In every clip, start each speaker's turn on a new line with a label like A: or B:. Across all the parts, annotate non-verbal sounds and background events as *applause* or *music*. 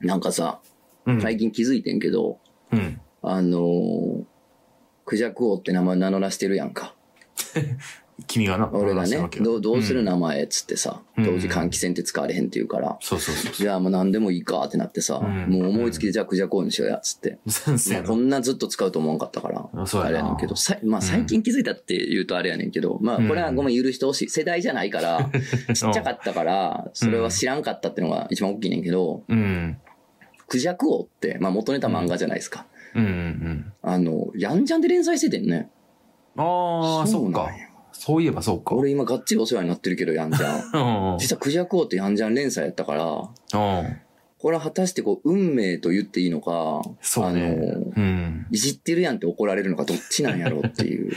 A: なんかさ、
B: うん。
A: 最近気づいてんけど、
B: うん。
A: あのー、クジャク王って名前名乗らしてるやんか。
B: 君がな、
A: 俺が
B: 話した
A: ね
B: わ、けよ
A: どうどうする
B: ん
A: 名前っつってさ、
B: うん
A: 当時換気扇って使われへんって言うから、
B: そうそうそう。
A: じゃあもう何でもいいかってなってさ、
B: うん
A: もう思いつきでじゃあクジャク王にしようやっつって。
B: 先
A: まあ
B: 生
A: こ
B: の。
A: んなずっと使うと思わんかったから、
B: あそうやな
A: あれやねんけど、さいまあ、最近気づいたって言うとあれやねんけど、まあこれはごめん許してほしい。世代じゃない
B: *laughs*
A: から、ちっちゃかったから、それは知らんかったってのが一番大きいねんけど、
B: うん。
A: クジャク王って、まあ元ネタ漫画じゃないですか。
B: うんうんうん。
A: あの、ヤンジャンで連載しててんね。
B: ああ、
A: そ
B: そうう
A: なん
B: か
A: や。
B: そういえばそうか。
A: 俺今がっちりお世話になってるけど、ヤンジャン。
B: *laughs* うん。うん
A: 実はクジャク王ってヤンジャン連載やったから、これは果たしてこう、運命と言っていいのか、
B: そうね
A: あの。、
B: うん。
A: いじってるやんって怒られるのかどっちなんやろうって
B: *laughs*
A: いう、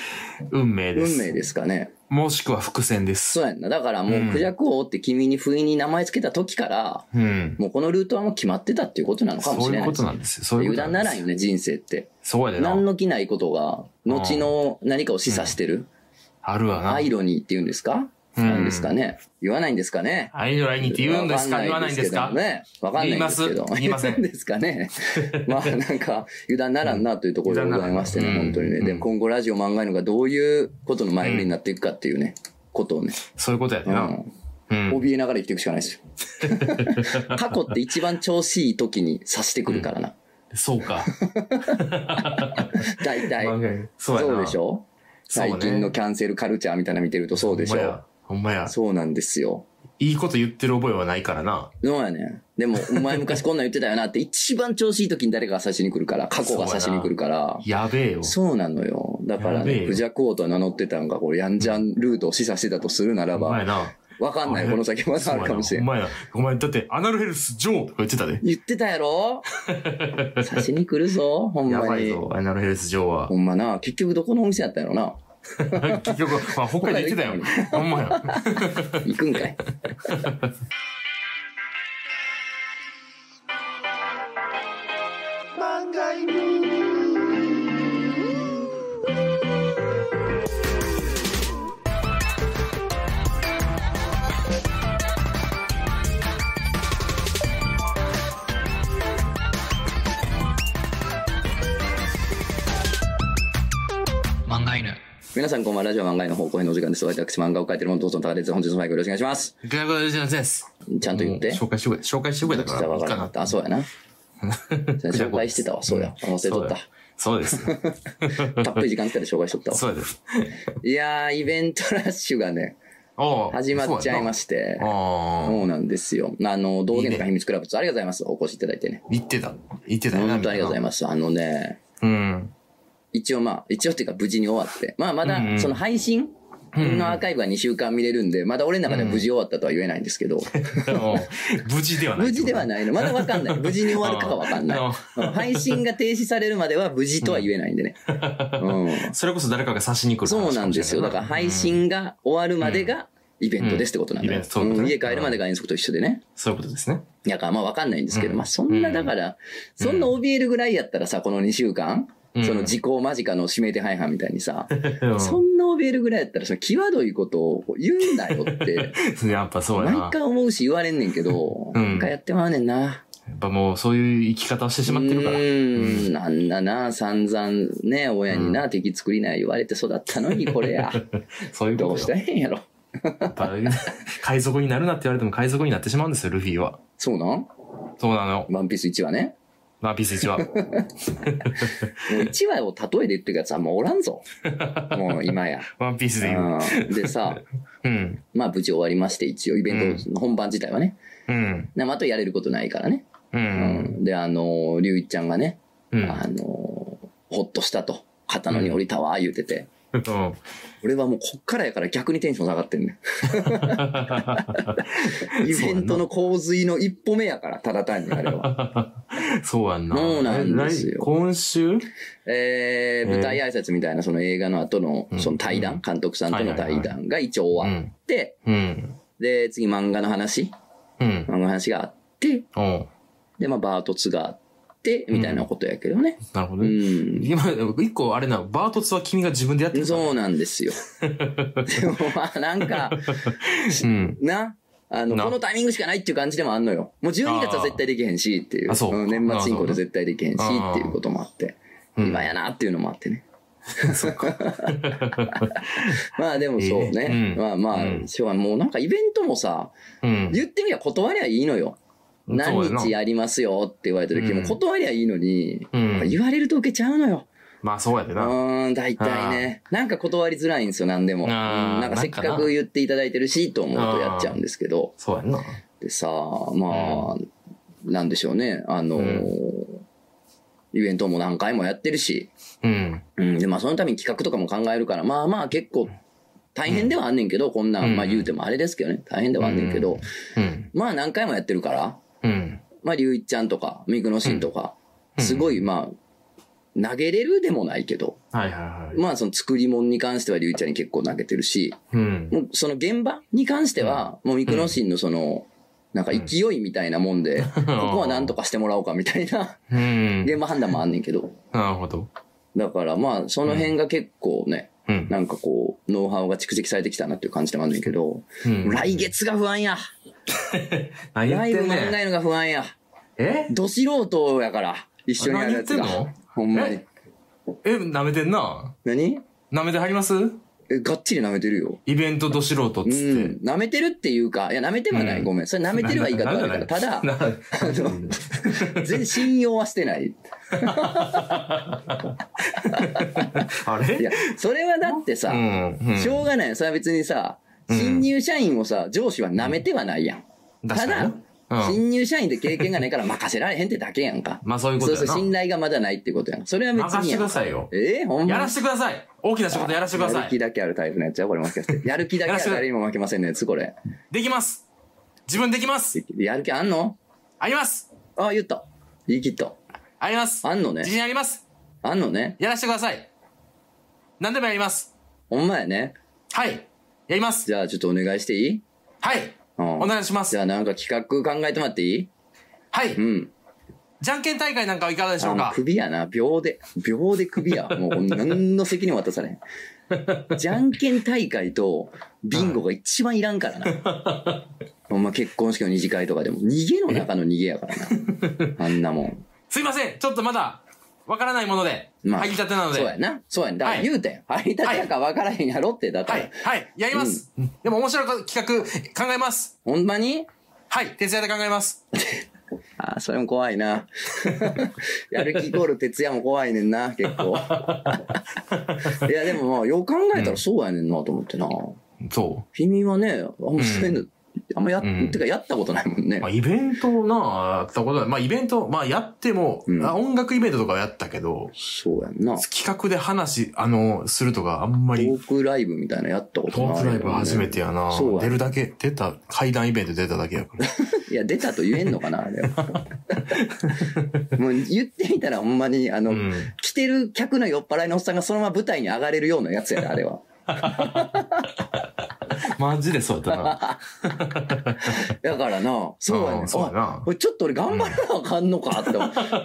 B: 運命です。
A: 運命ですかね。
B: もしくは伏線です。
A: そうやんな。だからもう
B: うん、
A: クジャク王って君に不意に名前つけた時から、
B: うん。
A: もうこのルートはもう決まってたっていうことなのかも
B: そ
A: し
B: う
A: れ
B: いう
A: ない
B: こ
A: です
B: となんですよ。そういうこ
A: 油
B: と
A: 断なら
B: ん
A: ん
B: です
A: よね、人生って。
B: そうやで
A: 何
B: な。
A: の気ないことが、後の何かを示唆してる。
B: あるわな。
A: アイロニーって言うんですか、
B: うん
A: なんですかね言わないんですかね
B: アイドラインにって言うんですか言わないんです
A: わ
B: か
A: かんないですけどね。わかんないんですけど。
B: 言います言いません
A: 言うんですか
B: *laughs*
A: ね。まあなんか、油断ならんなというところでございましてね、
B: うん
A: 本当にね。
B: うん
A: で、今後ラジオ漫画のがどういうことの前振りになっていくかっていうね、ことをね、
B: そういうことやで
A: う
B: な。
A: ん、
B: うん。
A: 怯えながら生きていくしかない
B: *laughs*
A: ですよ。過去って一番調子いい時に刺してくるからな。
B: そうか。
A: 大体。
B: 漫画やそうやな。
A: そうでしょ
B: そうね
A: 最近のキャンセルカルチャーみたいなの見てるとそうでし
B: ほんま
A: ょ
B: や。ほんまや。
A: そうなんですよ。
B: いいこと言ってる覚えはないからな。
A: そうやねん。でも、お前昔こんなん言ってたよな
B: *laughs*
A: って、一番調子いい時に誰かが刺しに来るから、過去が刺しに来るから。
B: やべえよ。
A: そうなのよ。だから
B: やべえ
A: ね、
B: よ
A: クジャコーとは名乗ってたんが、これ、ヤンジャンルートを示唆してたとするなら
B: お
A: ば、
B: 前な。
A: わかんない。
B: あれ
A: この先まだ
B: そ
A: あ
B: う
A: る
B: や
A: かもしれ
B: お
A: ん。
B: 前な。お前、だって、アナルヘルス・ジョーとか言ってたで。
A: 言ってたや
B: *laughs*
A: ろ刺しに来るぞ、ほん
B: や
A: ま
B: ばい
A: に。
B: ぞ、アナルヘルス・ジョーは
A: *laughs* ほ。んまな、結局どこのお店やったんやろな。
B: 結局、まあ、北海道行ってたよ。ほんまや。
A: 行くんかい。
B: *laughs*
A: 皆さんこんばんは、ラジオ漫画への方向へのお時間です。私、漫画を描いてるもの、どうぞの高です。本日も最後よろしくお願いします。
B: ガラガラジャンです。
A: ちゃんと言って。
B: 紹介してくれ、紹介してくれたから。
A: じゃあ分からなかった。あ、そうや
B: *laughs*
A: な。紹介してたわ、そうや。忘れとっ
B: そうです。
A: た。たっぷり時間使って紹介しとったわ。
B: そ
A: *laughs*
B: うです。
A: いやー、イベントラッシュが
B: *laughs*
A: ね、
B: お
A: 始まっちゃいま
B: し
A: して
B: た。。ああ。
A: そうなんですよ。あの、道玄
B: いい
A: 坂
B: ね
A: 秘密クラブさんありがとうございます。お越しいただいてね。
B: 言ってた。言ってた
A: 本当ありがとうござい
B: ま
A: ます。あのね、
B: す。うん。
A: 一応まあ、一応っていうか無事に終わって。まあま
B: うんう
A: だ、
B: ん
A: その配信のアーカイブは2週間見れるんで、まだ俺の中では無事終わったとは言えないんですけど、
B: 無事ではない。
A: 無事ではないの。まだわかんない。無事に終わるかはわかんない。
B: あ
A: うん配信が停止されるまでは無事とは言えないんで
B: *laughs*
A: ね。うん。
B: それこそ誰かが刺しに来る話か
A: そ
B: も
A: う
B: しれ
A: なんですよ。だから配信が終わるまでがイベントですってことなんだ
B: うんイ
A: よ
B: ベントそういうこと
A: うん
B: ね
A: 家帰るまでが遠足と一緒でね。
B: そういうことですね。
A: いや、まあわかんないんですけど、
B: うん
A: まあそんなだから、そんな怯えるぐらいやったらさ、この2週間、
B: うん
A: その時効間近の指名手配犯みたいにさ、
B: うん
A: そんな怯えるぐらいやったら、その際どいことを言うなよって、
B: やっぱ *laughs* そうやな。
A: 毎回思うし言われんねんけど、
B: うん
A: なんかやってまうねんな。
B: やっぱもうそういう生き方をしてしまってるから
A: う。ーん、あんなな、散々ね、親にな、敵作りない言われて育ったのに、
B: *laughs*
A: これや。
B: そういうこ
A: ど
B: と
A: う
B: よ
A: したらええんやろ。
B: やっぱ海賊になるなって言われても海賊になってしまうんですよ、ルフィは。
A: そうなん
B: そうなの。
A: ワンピース1話ね。
B: ワンピース1は。
A: *laughs* もう1話を例えで言ってるやつあんまおらん
B: *laughs*
A: ぞ。もう今や。
B: ワンピースで言う。
A: うんでさ、
B: うん。
A: まあ無事終わりまして、一応イベントの本番自体はね。
B: うん。
A: でもあとやれることないからね。
B: う。
A: うんんで、あの、りゅういちゃんがね、
B: うん。うん。
A: あの、ほっとしたと。肩のに降りたわ、言うてて。俺はもうこっからやから逆にテンション下がってんねん。イベントの洪水の一歩目やから、ただ単にあれは。
B: そうやんな。
A: そうなんですよ
B: 来今週
A: えー、舞台挨拶みたいなその映画の後の
B: うん
A: その対談、監督さんとの対
B: はいはい
A: 談が一応終わ
B: ん
A: っ。て、
B: うん。
A: で、次漫画の話、
B: うん。
A: 漫画の話があって、
B: おう
A: で、まあバートツがあって、みたいなことやけどね。
B: なるほど
A: う
B: ね。
A: ん。
B: 今、一個あれな、バートツは君が自分でやってるから
A: そうなんですよ。でもまあなんか、
B: うん。
A: な、あの、
B: な
A: このタイミングしかないっていう感じでもあんのよ。もう12月は絶対できへんしっていう。
B: あそうか
A: ん年末進行で絶対できへんし
B: なるほど
A: っていうこともあって。
B: うん
A: 今やなっていうのもあってね。
B: そっか。
A: まあでもそうね。
B: うん
A: まあまあ、
B: うん
A: しょうがないもうなんかイベントもさ、
B: うん。
A: 言ってみりゃ断りゃいいのよ。何日やりますよって言われた時
B: うん
A: も断りゃいいのに、
B: う
A: やっぱ
B: ん。
A: 言われると受けちゃうのよ。
B: まあそうやで
A: う
B: な。
A: ーん、大体ね。なんか断りづらいんですよ、何でも。うん
B: あー
A: なんかせっ
B: な
A: か
B: んかな
A: く言っていただいてるし、と思うとやっちゃうんですけど。
B: そうやんな。
A: でさ、まあ、なんでしょうね。あのーイベントも何回もやってるし。
B: うん。
A: うん、で、まあそのために企画とかも考えるから、まあまあ結構大変ではあんねんけど、こんなん、まあ
B: うん
A: 言うてもあれですけどね。大変ではあんねんけど、
B: うん。
A: まあ何回もやってるから、
B: うん。
A: まあ、龍一ちゃんとか、ミクノシンとか、
B: うん
A: すごい、まあ、投げれるでもないけど、
B: はいはいはい。
A: まあ、その作り物に関しては龍一ちゃんに結構投げてるし、
B: うん。
A: もうその現場に関しては、もうミクノシンのその、なんか勢いみたいなもんで、 *laughs* ここはなんとかしてもらおうかみたいな
B: うん。
A: 現場判断もあんねんけど、
B: なるほど。
A: だからまあ、その辺が結構ね、
B: うん。
A: なんかこう、ノウハウが蓄積されてきたなっていう感じでもあんねんけど、
B: うん
A: 来月が不安や。
B: 何言っ
A: ライブ
B: てん
A: 考
B: ねん。
A: えるのが不安や。
B: え
A: ど素人やから、一緒にや
B: 何
A: る
B: 言
A: や
B: って
A: つ
B: ん
A: が。
B: の
A: ほんまに
B: え。え、舐めてんな。
A: 何
B: 舐めてはります
A: え、がっちり舐めてるよ。
B: イベントど素人っ
A: うん。
B: つっ
A: 舐めてるっていうか、いや、舐めてはない。
B: うん
A: ごめん。それ舐めてるは言い方悪いから。ただ
B: て。、な
A: あの、全然信用はしてない。
B: あ
A: いや
B: れ、
A: それはだって
B: う
A: さ、
B: ん。うん
A: しょうがない。それは別にさ、
B: うん
A: 新入社員をさ、上司は舐めてはないやん。
B: 確かになうん。
A: 新入社員で経験がないから任せられへんってだけやんか。
B: まあそういうこ
A: そ
B: と
A: う
B: や
A: そう、
B: な。
A: 信頼がまだないってことやん。それは別
B: 任
A: に
B: せて
A: や
B: く
A: ん
B: だ。さいよ。
A: えー、ほん
B: や
A: ま
B: らせてください。大きな仕事やらせてく
A: や
B: ださ
A: る気
B: い。
A: だけあるタイプのやつや、これもしかして。やる気だけあ
B: やらせ
A: る
B: て
A: 誰にも負けませんのやつ、これ。
B: できます。自分できます。
A: やる気あんの
B: あります。
A: あ、言った。言い切った。
B: あります。
A: あんのね
B: 自。信あります。
A: あんのね。
B: やらせてください。何でもやります。
A: ほんまやね。
B: はい。やります。
A: じゃあちょっとお願いしていい
B: はい。
A: うん
B: お願いします
A: じ。ゃあなんか企画考えてもらっていい
B: はい。
A: うん。
B: じゃんけん大会なんかはいかがでし
A: あ
B: ょう
A: もう
B: か
A: 首やな。秒で。秒で首
B: *laughs*
A: や。もう何の責任も渡されへん。じゃんけん大会とビンゴが一番いらんからな。
B: *laughs*
A: ほんま結婚式の二次会とかでも。逃げの中の逃げやからな。あんなもん。
B: すいません。ちょっとまだ、わからないもので、入りたてなので。
A: そうやな。そうやな。だから
B: はい
A: 言うてん。入りたてやか分からへんやろって。だって、
B: はい。はい。やります。でも面白い企画、考えます。
A: ほんまに
B: はい。徹夜で考えます。
A: あーそれも怖いな。
B: *laughs*
A: やる気イコール徹夜も怖いねんな、結
B: *laughs*
A: 構。いや、でもまあ、よう考えたらそうやねんなと思ってな。
B: そ
A: 君はね、あんまそういうの、あんまやっ、
B: うん
A: てかやったことないもんね
B: う。まあ、。イベントなあ、やったことない。まあ、イベント、まあ、やっても、
A: うん
B: あ音楽イベントとかはやったけど、
A: そうやんな。
B: 企画で話、あの、するとか、あんま
A: ト
B: り、
A: ークライブみたいなのやったこと
B: ト
A: ない、
B: ークライブ初め。てやな。
A: そうや
B: 出るだけ、出た、階段イベント出ただけやから。
A: いや、出たと言えんのかな、あれ
B: *laughs*
A: は。もう言ってみたらほんまに、あの、
B: うん。
A: 来てる客の酔っ払いのおっさんがそのまま舞台に上がれるようなやつやで、あれは。
B: マジでそうやったな。
A: だからな、そうやねん。
B: んそうやな。
A: これちょっと俺頑張らなあかんのかって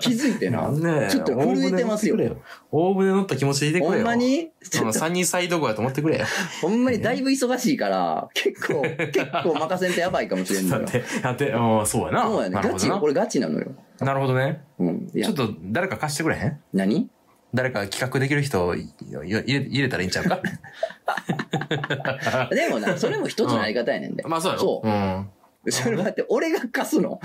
A: 気づいてな。
B: ねえ
A: ちょっと震えてますよ。。
B: 大船乗った気持ちでいてく
A: ほ
B: れ
A: ん
B: よ。
A: まに
B: その三人サイド号やと思ってくれよ。
A: ほんまにだいぶ忙しいから、結
B: *laughs*
A: 構、結構任せんとやばいかもしれん
B: だ
A: のよ
B: っ。て、だって、ああ、そうやな。
A: そうやね。
B: なる
A: ガ
B: ほ
A: チ
B: ど
A: よ。これガチなのよ。
B: な。なるほどね。
A: うん。い
B: ち
A: や
B: ょっ、と、誰か貸してくれへん
A: 何
B: 誰か企画できる人いい入れ入れたらいいんちゃ
A: *laughs*
B: うか
A: でもな、それも一つのやり方やねんで。
B: まあそうやろ。。
A: そう
B: ん。
A: う。それはだって、俺が貸す
B: *laughs*
A: の。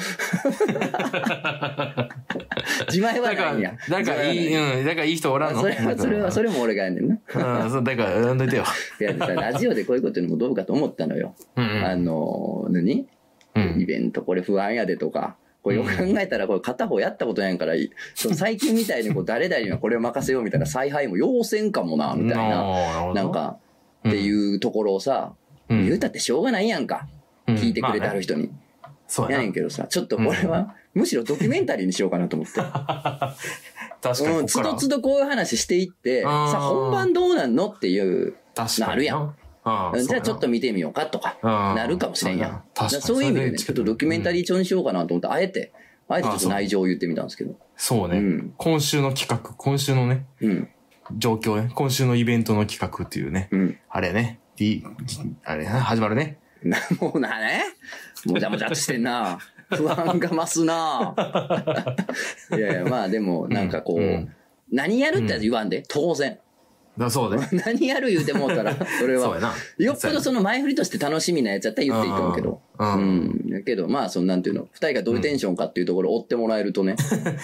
A: 自前は
B: だか
A: ないん
B: ら
A: や。、
B: だか
A: 自前は
B: らい
A: ない
B: い、うん、だからいい人おらんの
A: それは、それは、そ
B: れ。
A: れも俺がやねんな。
B: うん、そう、だから、呼んどいてよ。
A: いや、さラジオでこういうこと言うのもどうかと思ったのよ。
B: うん
A: あの、何
B: う
A: イ
B: ん。
A: ベントこれ不安やでとか、これよく考えたらこれ片方やったことないんから、その最近みたい
B: *laughs*
A: にこう誰々にはこれを任せようみたいな采配も要せんかもな、みたいな、
B: な
A: なん、か、って
B: う
A: いうところをさ、
B: ん、
A: 言うたってしょうがないやんか、聞いてくれてある
B: 人。
A: 人に。
B: まあねそう
A: や
B: や
A: ね。
B: なん
A: けどさ、ちょっとこれは、むしろドキュメンタリーにしようかなと思
B: *laughs*
A: って。
B: 確か
A: うん、
B: に。
A: つどつ
B: ど、
A: どこういう話していって、
B: あー
A: さ、本番どうなんのっていう、
B: 確かに。
A: なるやん
B: う。あ
A: じゃあちょっと見てみようかとか、な
B: な
A: るかもしれんやん。
B: 確かに。
A: そういう意味でね、ちょっとドキュメンタリ
B: ー。
A: ー調にしようかなと思って、あえて、あえてちょっ
B: あ
A: と
B: そう
A: 内情を言ってみたんですけど。
B: そう
A: う
B: ね。
A: ん。
B: 今週の企画、今週のね、
A: うん。
B: 状況ね。今週のイベントの企画っていうね。
A: うん。
B: あれやね。D、あれやな始まるね。
A: な、もうなね。もじゃもじゃっとしてん
B: *laughs*
A: な。不安が増すな。いやいや、まあでも、なんかこう、
B: うん
A: 何やるって言わんで、当然。
B: だそうだよ。
A: 何やる言うてもうたら、それ
B: そう
A: は。
B: やな。
A: よっぽどその前振りとして楽しみなやつやったら言っていいと思うけど。
B: うん
A: う
B: うん
A: ん。だけど、まあ、その、なんていうの、二人がどういうテンションかっていうところを追ってもらえるとね。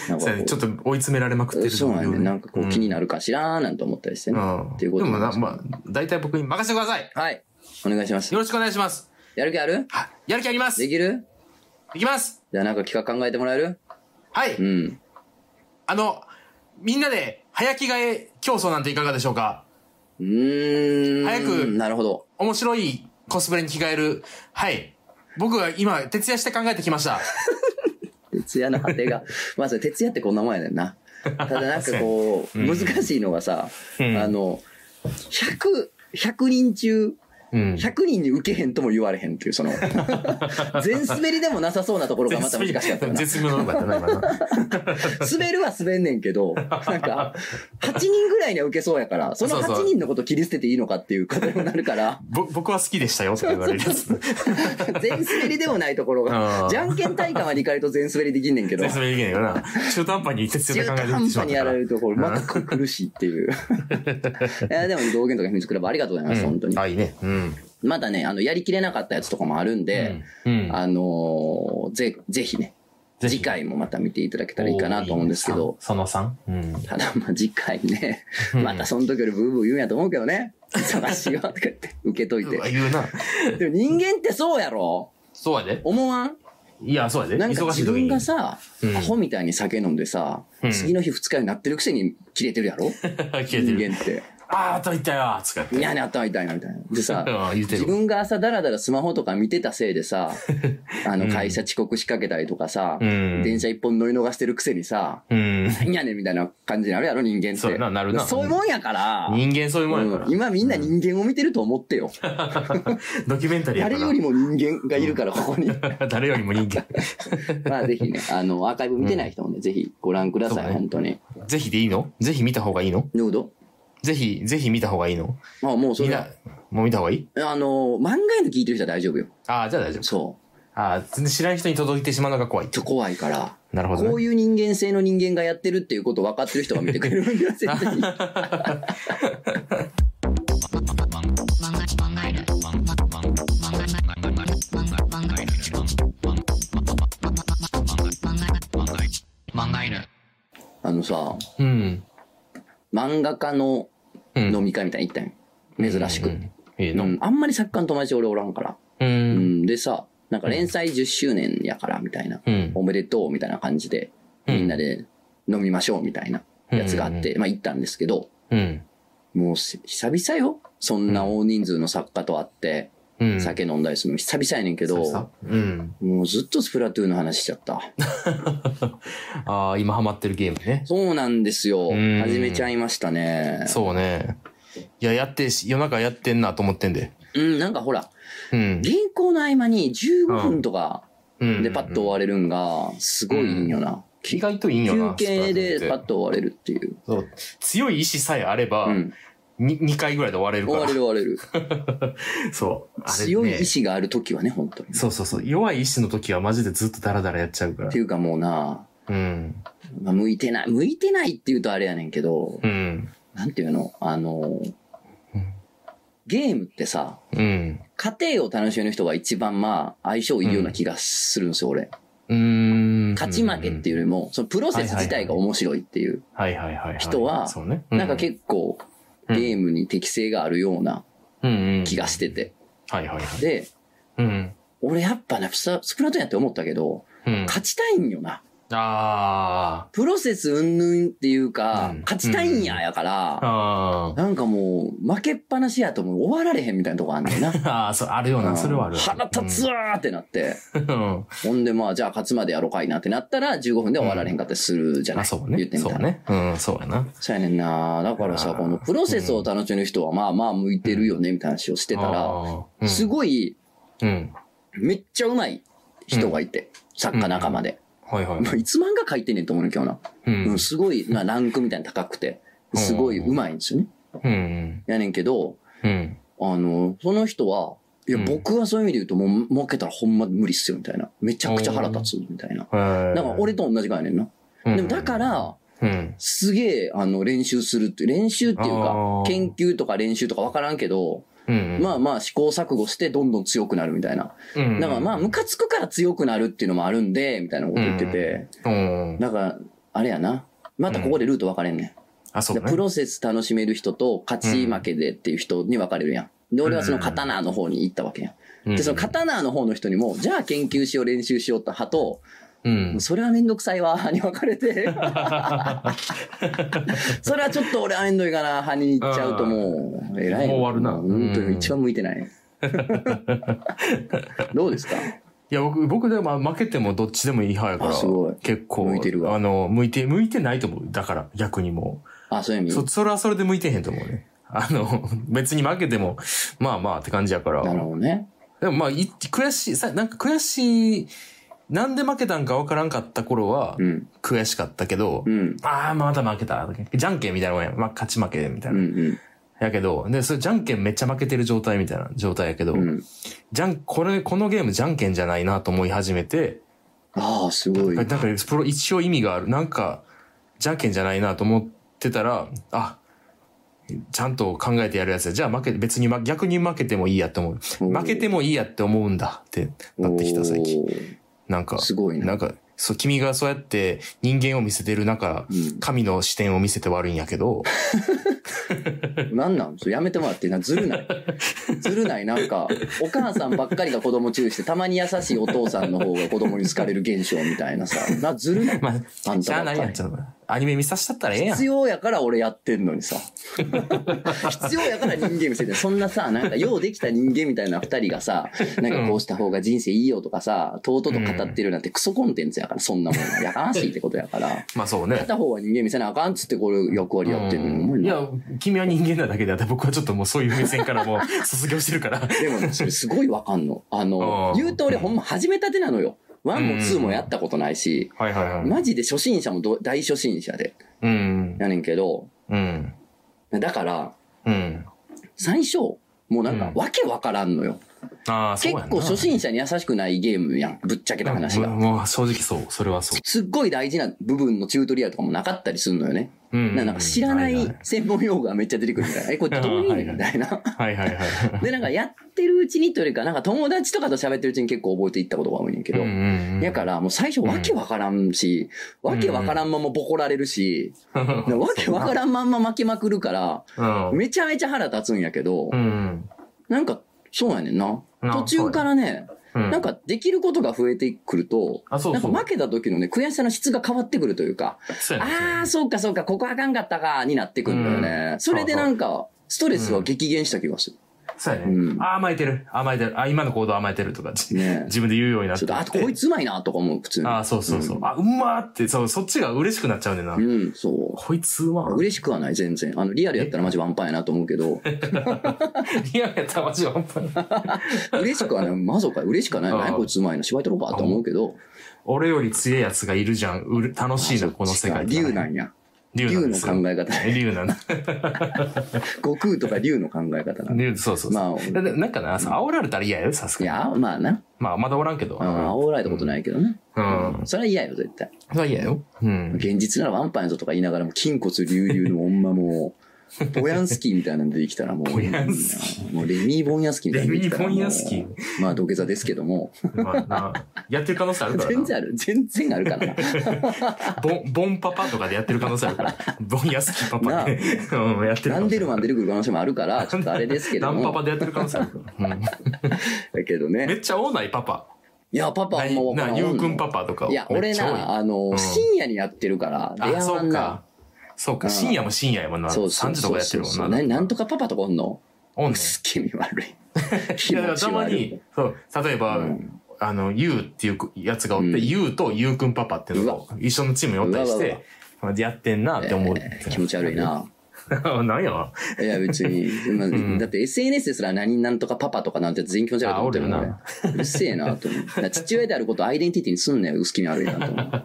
A: なん
B: そうやねちょ
A: っ
B: っと追い詰められまくってる
A: そうなんで、なんかこう気に
B: な
A: なるかしらーなんて思ったりしてね。
B: っ
A: っていうこと
B: でも
A: なん
B: な、
A: です
B: まあ、大体僕に任せてください
A: はい。お願いします
B: よ。ろしくお願いします
A: やる気ある
B: はやる気あります
A: で
B: い
A: きる
B: きます
A: じゃあなんか企画考えてもらえる
B: はい、
A: うん。
B: あの、みんなで早着替え競争なんていかがでしょうか
A: うーん。
B: 早く
A: なるほど。
B: 面白いコスプレに着替える。はい。僕が今、徹夜して考えてきました。
A: 徹夜の果て
B: *laughs*
A: が。まあそれ徹夜ってこんなもんやねんな。ただなんかこう、
B: *laughs* そうやねうん
A: 難しいのがさ、
B: うん
A: あの、100、100人中、
B: うん
A: 100人に受けへんとも言われへんっていう、
B: *laughs*
A: その、全滑りでもなさそうなところがまた難しかったよな。
B: 絶妙なのがやったな、今な。
A: 滑るは滑んねんけど、なんか、8人ぐらいには受けそうやから、その
B: そうそう
A: 8人のこと切り捨てていいのかっていうことにもなるから、
B: ぼ僕は好きでしたよ、とか言われるやつ。
A: *laughs* 全滑りでもないところ
B: う
A: が、
B: ん
A: じゃんけん大会まで行かれると全滑りできんねんけど、
B: 絶妙できないよな。中途半端に徹
A: 中
B: 夜
A: 途
B: で考えて
A: 半
B: きてしま
A: 端
B: っ
A: に
B: た
A: や
B: からら
A: れ。るところ、また苦しいっていう。 *laughs* いや、でも、道元とか秘密クラブありがとうございます、本当に
B: うん。あ、いいね。うん。
A: まだね、あの、やりきれなかったやつとかもあるんで、
B: うん、
A: あのーぜ、ぜひね、
B: ぜひ
A: 次回もまた見ていただけたらいいかなと思うんですけど、
B: その3。うん。
A: ただまあ次回ね、またその時よりブーブー言うんやと思うけどね、忙しいわとか言って、受けという
B: わ
A: て。
B: 言うな。
A: でも人間ってそうやろ
B: そうやで。
A: 思わん
B: いや、そうやで。
A: なんか
B: 忙し
A: 自
B: い時
A: 分
B: に
A: が。さ、
B: うん
A: アホみたいに酒飲んでさ、
B: うん
A: 次の日二日になってるくせに切れてる
B: *laughs*
A: やろ
B: 消えて
A: 人
B: る。
A: 間って。
B: あー、と言ったよ、つかって。
A: いやね、頭痛いな、みたいな。でさ、
B: うん言うてる
A: 自分が朝ダラダラスマホとか見てたせいでさ、あ
B: *laughs* う
A: の、
B: ん
A: 会社遅刻しかけたりとかさ、
B: うん
A: 電車一本乗り逃してるくせにさ、
B: うん。
A: なんやねんみたいな感じになるやろ、人間って。
B: そうやななるな
A: そういうもんやから、
B: 人間そういうもんやから
A: うん。今みんな人間を見てると思ってよ。
B: ドキュメンタリーやか
A: 誰
B: ら。
A: よりも人間がいるから、ここ
B: *laughs*
A: に。
B: 誰よりも人間。
A: まあ、ぜひね、あの、アーカイブ見てない人もね、ぜひご覧くだ
B: そ
A: さ
B: う
A: い、
B: だね
A: 本当に。
B: ぜひでいいのぜひ見た方がいいの
A: ヌード
B: ぜひ、ぜひ見た方がいいの
A: まあ、もうそ
B: みん
A: れ
B: な
A: は、、
B: もう見た方がいい
A: あの、漫画の聞いてる人は大丈夫よ。
B: ああ、じゃあ大丈夫。
A: そ。。
B: ああ、全然知らない人に届いてしまうのが怖いう
A: ちょ、怖いから。
B: なるほど、ね。
A: こういう人間性の人間がやってるっていうことを分かってる人が見てくれるんだよ、絶
B: *laughs*
A: 対に。あのさ、
B: うん。
A: 漫画家の
B: うん。
A: 飲み会みたいに行ったんよ。珍しく。
B: うんいいうの。
A: んあんまり作家の友達俺おらんから。
B: う。
A: うんん、でさ、なんか連載10周年やから、みたいな。
B: うん。
A: おめでとう、みたいな感じで、
B: うん
A: みんなで飲みましょう、みたいなやつがあって、まあ行ったんですけど、
B: うん。
A: もうせ久々よ。そんな大人数の作家と会って、
B: うん。
A: 酒飲んだりするの久々やねんけ
B: そう
A: ど
B: さ、うん。
A: もうずっとスプラトゥーンの話しちゃった。
B: ああ、今ハマってるゲームね。
A: そうなんですよ。
B: うん
A: 始めちゃいましたね。
B: そうね。いや、やってし、夜中やってんなと思ってんで。
A: うん、なんかほら、
B: うん。
A: 原稿の合間に15分とか
B: うん
A: でパッと終われるんが、すごいいいんよな。
B: 意外といいんよ
A: 休
B: な。
A: 憩
B: スプ
A: で
B: ラ
A: パ
B: トゥーンって
A: ッと終われるっていう。
B: そう。強い意志さえあれば、
A: うん。
B: に2回ぐらいで終われる
A: 終わ
B: か
A: れる終われる。
B: ら。そう。あれね
A: 強い意志がある時はね、本当に。っ
B: そうそうそう。弱い意志の時はマジでずっとダラダラやっちゃうから
A: て。いうかもうな、
B: うん。
A: まあ向いてない、向いてないっていうとあれやねんけど、
B: うん。
A: なんていうのあの
B: うん、
A: ゲームってさ、
B: うん。
A: 家庭を楽しめる人が一番まあ相性いいような気がするんですよ、俺。
B: うーん。
A: 勝ち負けっていう
B: う。
A: よりも、そのプロセス自体が面白いっていう、
B: はいはいはいい。
A: 人は
B: そうね。
A: なんか結構
B: うん
A: ゲームに適性があるような
B: 構
A: 気がしてて。
B: はいはいはい。
A: で、
B: うん。
A: 俺やっぱね、ススプラトゥーンやって思ったけど、
B: うん。
A: 勝ちたいんよな。
B: あ
A: プロセス云々っていうか、
B: うん
A: 勝ちたいんややか
B: あ。
A: ら、
B: あ
A: なんかもう負けっぱなしやともう *laughs* 終わられへんみたいなとこあんねんな。
B: あ。ああ、そう、あるよう
A: うん
B: な、それはある。
A: 腹立つわーってなって。
B: うん。
A: ほんでまあ、じゃあ勝つまでやろうかいなってなったら、15分で終わられへんかったりするじゃな
B: あ、
A: い、
B: そう
A: 言っ
B: ね
A: て。み
B: そ
A: たら
B: う。ね。うん、そうやな。
A: そうやねんな。だからさ、
B: あー
A: このプロセスを楽しむ人はまあまあ向いてるよね、みたいな話をしてたら、
B: ああ、
A: す
B: い。
A: ごい、
B: うん。
A: めっちゃうまい人がいて、作家仲間で。
B: はいはい
A: まあいつ漫画書いてんねんと思うねんけどな。
B: う
A: うんん、。すごい、まあランクみたいに高くて、すごいうまいんですよね。
B: うん。
A: やねんけど、
B: うん。
A: あの、その人は、いや、
B: うん
A: 僕はそういう意味で言うと、もう、儲けたらほんま無理っすよ、みたいな。めちゃくちゃ腹立つ、みたいな。
B: だ
A: だから、俺と同じかやねんな。でも、だから、
B: うん、
A: すげえ、あの、練習するっていう、練習っていう
B: あ
A: か
B: ー、
A: 研究とか練習とかわからんけど、
B: うん、
A: まあまあ試行錯誤してどんどん強くなるみたいな。
B: あ、うん、
A: だからまあ、ムカつくから強くなるっていうのもあるんで、みたいなこと言ってて。
B: うん、
A: だから、あれやな。またここでルート分かれんねん。
B: あ、そう
A: で
B: ね。
A: プロセス楽しめる人と勝ち負けでっていう人に分かれるやん。で、俺はその刀の方に行ったわけやん。で、その刀の方の人にも、じゃあ研究しよう、練習しようと派と、
B: うん、
A: それはめんどくさいわ、 *laughs* に分かれ
B: *laughs*
A: て。それはちょっと俺はめんどいかな、派に行っちゃうともう、えらい。
B: もう終わるな
A: 本当に一番向いて
B: *laughs*
A: ない。どうですか
B: いや、僕、僕でもまあ負けてもどっちでもいい派やから、
A: あすごい
B: 結構、
A: 向いてるわ
B: あの、向いて、向いてないと思う。だから、逆にも
A: あ、そういう意
B: う。
A: 味
B: そ、それはそれで向いてへんと思うね。あの、 *laughs* 別に負けても、まあまあって感じやから。
A: なるほどね。
B: でもまあ、い悔しい、さ、なんか悔しい、なんで負けたんかわからんかった頃は
A: う、ん。
B: 悔しかったけど、
A: うん。
B: ああ、また負けた。じゃんけんみたいなもんや。まあ、勝ち負けみた
A: う
B: い
A: ん
B: な。やけど、で、それじゃんけんめっちゃ負けてる状態みたいな状態やけど、
A: うん。うん。
B: じゃん、これ、このゲームじゃんけんじゃないなと思い始めて、
A: ああ、すごい
B: なん。かプロ一応意味がある。なんか、じゃんけんじゃないなと思ってたら、あ、ちゃんと考えてやるやつや。じゃあ負け、別に負け逆に負けてもいいやって思う。
A: おー
B: 負けてもいいやって思うんだってなってきた最近。
A: おー
B: なんか、
A: すごい
B: な
A: な。
B: んか、そう、君がそうやって人間を見せてる中、
A: うん
B: 神の視点を見せて悪いんやけど、
A: なんなんそれやめてもらっていいな。ずる
B: *laughs*
A: ない。ずるない。なんか、お母さんばっかりが子供注意して、たまに優しいお父さんの方が子供に好かれる現象みたいなさ。な、ずるない。
B: *laughs* ま
A: あ
B: あ、
A: ん
B: じゃ
A: た
B: あ
A: ばっ
B: 何
A: か
B: やっ
A: り
B: ちゃうのアニメ見させちゃったらええやん
A: 必。要やから俺やってんのにさ。必要やから人間見せてそんなさ、なんかようできた人間みたいな二人がさ、なんかこうした方が人生いいよとかさ、とうとうと語ってるなんてクソコンテンツやから、そんなもん。やかましいってことやから。
B: まあそうね。
A: 片方は人間見せなあかんっつってこれ役割やってるのにお前
B: い
A: な
B: や、君は人間なだけであって、僕はちょっともうそういう目線からもう *laughs* 卒業してるから。
A: でもね、それすごいわかんの。あの、
B: うん
A: 言うと俺ほんま始めたてなのよ。ワンも
B: うん
A: ツーもやったことないし、
B: はいはいはい。
A: マジで初心者もど大初心者で、
B: うん。
A: やねんけど、
B: うん。
A: だから、
B: うん。
A: 最初、もうなんか
B: うん
A: わけわからんのよ。
B: ああ、そう
A: 結
B: やんな。
A: 構初心者に優しくないゲームやん。ぶっちゃけた話
B: うん
A: が。
B: もう正直そう。それはそう。
A: すっごい大事な部分のチュートリアルとかもなかったりするのよね。
B: うん
A: ななんか知らな
B: はい
A: い専門用語がめっちゃ出てくるみたいな。え、これどう
B: *laughs*
A: いう意味みたいな。
B: はいはいはいはい。
A: で、なんかやってるうちにというか、なんか友達とかと喋ってるうちに結構覚えていったことが多いねんけど、
B: ん
A: やから、もう最初わけわからんし、
B: ん
A: わけわからんままボコられるし、
B: ら
A: わけ
B: *laughs*
A: わからんまんま負けまくるから、
B: ら
A: めちゃめちゃ腹立つんやけど
B: う、ん。
A: なんか、そうやねんな。
B: な
A: 途中からね、
B: うん。
A: なんかできることが増えてくると、
B: あ、そう
A: なん
B: そ
A: か
B: う。
A: 負けた時のね、悔しさの質が変わってくるというか、
B: そうやね
A: あー、そうかそうか、ここあかんかったか、になってくるんだよね。それでなんか、ストレスは激減した気がする。
B: そうや
A: う
B: ね
A: ん。
B: あー、甘えてる。甘えてる。あ、今の行動甘えてるとか、自
A: ね
B: 自分で言うようになっ
A: ちょ
B: て
A: っと、あとこいつうまいな、とか思う、普通に。
B: あー、そうそうそうう。あ、うまーって、そう、そっちが嬉しくなっちゃうねんな。
A: うん、そう。
B: こいつは。
A: 嬉しくはない、全然。あの、リアルやったらマジワンパンやなと思うけど、
B: いや、やったマジで本当に
A: 嬉しくはない、まぞか、嬉しくはない、
B: ああ
A: 何こいつうまいな、芝居とろばと思うけど、
B: 俺より強いやつがいるじゃん。うる楽しいな、この世界。
A: 竜なんや。
B: *laughs* 竜な
A: 竜
B: ん
A: の
B: ですよ。
A: 考え方。
B: *laughs* 竜なんだ。
A: 悟空とか竜の考え方なんだ
B: 竜、そうそうそう。
A: まあ
B: だってなんかな、さ煽られたら嫌やよ、さす
A: い
B: が
A: や、
B: に。
A: まあな。
B: まあ、まだおらんけど。
A: ああ煽られたことないけどね。
B: うん。
A: それは嫌よ、絶対。
B: それは嫌よ。うん。
A: 現実ならワンパンやぞとか言いながらも、筋骨隆々のほんまもう、
B: *laughs*
A: ボヤンスキーみたいなんでできたらもう、
B: ボヤンス
A: もうレミー・ボンヤンスキーみたいなんでできたらもう
B: レミーボンヤンスキー
A: まあ土下座ですけども、
B: まあな、やってる可能性あるから
A: *laughs* 全然ある、全然ある
B: *laughs*
A: からな。
B: な。ボン、ボンパパとかでやってる可能性ある
A: *laughs*
B: から。ボン安木パパで。 *laughs* うん、やってる
A: ラ
B: か
A: ン
B: もし
A: デル
B: れない。
A: マン出てくる可能性もあるから、ちょっとあれですけ
B: ラ
A: ど
B: ン
A: も。
B: パパでやってる可能性あるから。
A: *laughs*
B: うん
A: だけど
B: め
A: ね。
B: っちゃオーナイパパ。
A: いや、パパあんま分から
B: な、
A: ん。
B: ゆうくんパパとか。
A: いや、俺
B: めっちゃ多い
A: な、あの、
B: うん
A: 深夜にやってるから、出会
B: あ、
A: わ
B: そ
A: ん
B: う
A: な
B: か。。そうか、
A: うん
B: 深夜も深夜やもんな。
A: そうそう
B: 3時とかやってるもんな。
A: ななんとかパパとかおんの
B: おんねん
A: すっげえ気味
B: *laughs*
A: 悪い。
B: い
A: 気
B: や、だ
A: 持
B: から
A: ち
B: たま
A: 悪
B: に
A: い。、
B: そう、例えば、
A: うん
B: あの、ゆうっていうやつがおって、
A: うん
B: ゆうとゆうくんパパっていうのを一緒のチームにおったりし
A: うわうわ
B: て、やってんなって思う。
A: えー気持ち悪い。な。
B: *laughs* なんや
A: いや、別に。まあ
B: ん
A: だって SNS ですら何なんとかパパとかなんて全員気持ち悪いと思ってるもん
B: あおる
A: ね
B: よ。
A: うるせえなと思う。だから父親であることをアイデンティティにすんなよ、薄気味悪
B: *laughs*
A: いなと思う。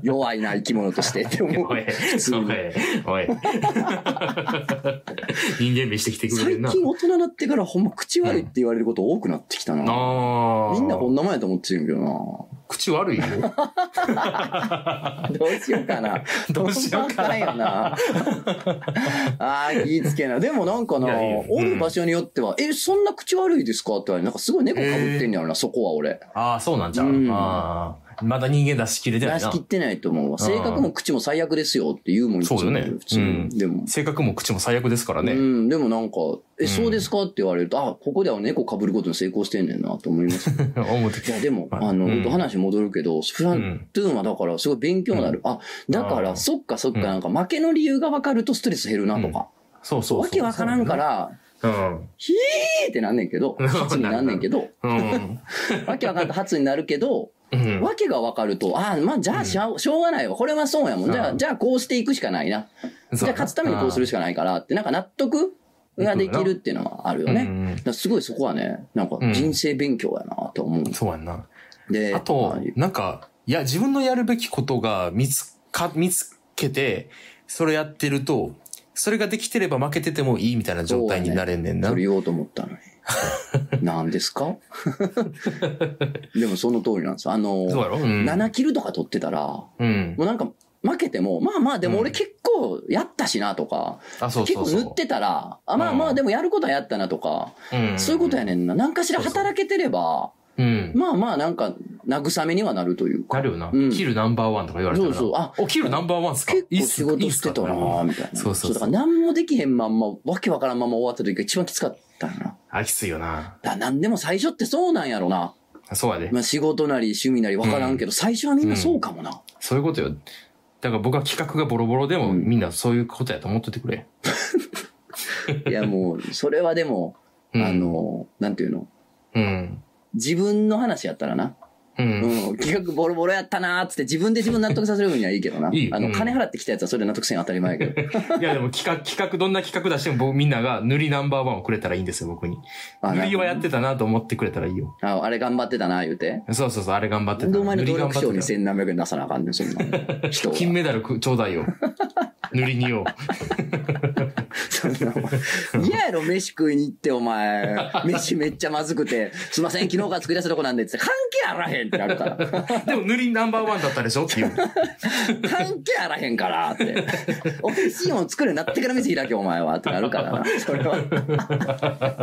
A: 弱いな、生き物としてって思う。
B: おい、おい、おい。 *laughs* 人間味してきてくれ
A: 最
B: るな。
A: 近大人になってからほんま口悪いって言われること多くなってきたな。
B: ああ。
A: みんなこんなもんやと思ってるんやけど
B: 口悪いよ。
A: な。どうしようかな。
B: *laughs* どうしようか
A: な。よな。ああー、気ぃつけな。でもなんかな、
B: いやいや
A: おる場所によっては、え、そんな口悪いですかって言われて、なんかすごい猫かぶってんねやろな、そこは俺。
B: ああ、そうなんじゃ
A: うん
B: ん。ああ。まだ人間出し切れてな
A: 出
B: い
A: し
B: な
A: 切っ。てないと思うわ。性格も口も最悪ですよって言うもん、
B: そうだよね
A: 普通に
B: うん
A: でも。
B: 性格も口も最悪ですから
A: う
B: ね。
A: ん、でもなんか、え、
B: ん
A: そうですかって言われると、あ、ここでは猫かぶることに成功してんねんなと思いま
B: *laughs*
A: す。い
B: 思ってき
A: や、でも、
B: はい
A: あの、
B: うん
A: 話戻るけど、スプラ
B: う
A: ン
B: ん。
A: トゥーンはだから、すごい勉強になる。あ、だか
B: あ
A: ら、
B: ー
A: そっかそっか、
B: うん
A: なんか負けの理由が分かるとストレス減るなとか、
B: そうそうそう。
A: わけわからんから、
B: うん。
A: えーってなんねんけ
B: *laughs*
A: ど、
B: うん
A: 初になんねんけど、
B: うん。
A: わけわかんと初になるけど、
B: うん。
A: わけがわかると、ああ、まあ、じゃあしょう、しょうがないわ。これはそうやもん。じゃ
B: う
A: あ、
B: ん
A: じゃあこうしていくしかないな。じゃあ勝つためにこうするしかないからって、なんか納得ができるっていうのはあるよね。
B: うん
A: だからすごいそこはね、なんか
B: うん
A: 人生勉強やなと思うん
B: そうやんな。
A: で。
B: あと、なんか、いや、自分のやるべきことが見つか、見つけて、それやってると、それができてれば負けててもいいみたいな状態になれんねんな。
A: それ言おうと思ったの
B: *laughs*
A: に。何ですかでもその通りなんですよ。あの、
B: そうやろうん。
A: 7キルとか取ってたら、も
B: うん。
A: うなんか負けても、まあまあでも俺
B: うん
A: 結構やったしなとか、
B: あ、そう
A: 結
B: そ
A: 構
B: うそう。
A: 塗ってたら、あまあま
B: う
A: あ
B: ん
A: でもやることはやったなとか、
B: うん
A: そういうことやねんな。何かしら働けてれば、
B: うん。
A: まあまあなんか慰めにはなるというか。
B: なるよな、
A: うん
B: キルナンバーワンとか言われたらな。
A: そうそうあ
B: お、キルナンバーワンっすか
A: 結
B: いい
A: 構
B: っす
A: 仕事してたなぁ、みたいな。
B: そうそうそう
A: だから何もできへんまんま、わけわからんまま終わった時が一番きつかったよな。だか
B: あ、きついよな。
A: ら何でも最初ってそうなんやろな。
B: そうやで。
A: まあ仕事なり趣味なりわからんけど、最初はみんなそうかもな。
B: そういうことよ。だから僕は企画がボロボロでも、
A: うん
B: みんなそういうことやと思っといてくれ。
A: いやもう、それはでも、
B: うん
A: あ、の、なんていうの。
B: うん。
A: 自分の話やったらな。
B: う。
A: うんん。企画ボロボロやったなーっつって自分で自分納得させる分にはいいけどな。
B: いい
A: あ
B: う
A: の、
B: ん
A: 金払ってきたやつはそれで納得せん当たり前
B: *laughs*
A: やけど。
B: いやでも企画、企画、どんな企画出しても僕みんなが塗りナンバーワンをくれたらいいんですよ、僕に。
A: あ
B: 塗りは
A: な
B: やってたなと思ってくれたらいいよ。
A: ああれ頑張ってたな、言うて。
B: そうそうそう、あれ頑張っ
A: な
B: てた
A: んで
B: な。
A: お前の
B: 塗り
A: 努
B: 頑
A: 力
B: 張
A: 賞に
B: って
A: 千何百円出さなあかんねん、そんなの人
B: た。
A: は。
B: 金メダルくちょうだいよ。塗りによ。
A: *laughs* そんなお前嫌やろ、飯食いに行って、お前。飯めっちゃまずくて、すいません、昨日から作り出したとこなんで、つって、関係あらへんってなるから。
B: でも塗りナンバーワンだったでしょっていう。
A: 関係あらへんから、って。 *laughs* 美味しいもの作るようになってから店開け、お前は、ってなるから
B: *laughs*
A: な。それは。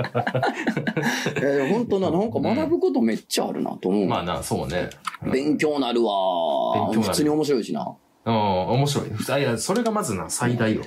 A: え本当な、なんか学ぶことめっちゃあるな、と思う。
B: まあな、そうね。
A: 勉強なるわ。
B: 勉強なる
A: 普通に面白いしな。
B: うん、面白い。あいや、それがまずな、最大よ。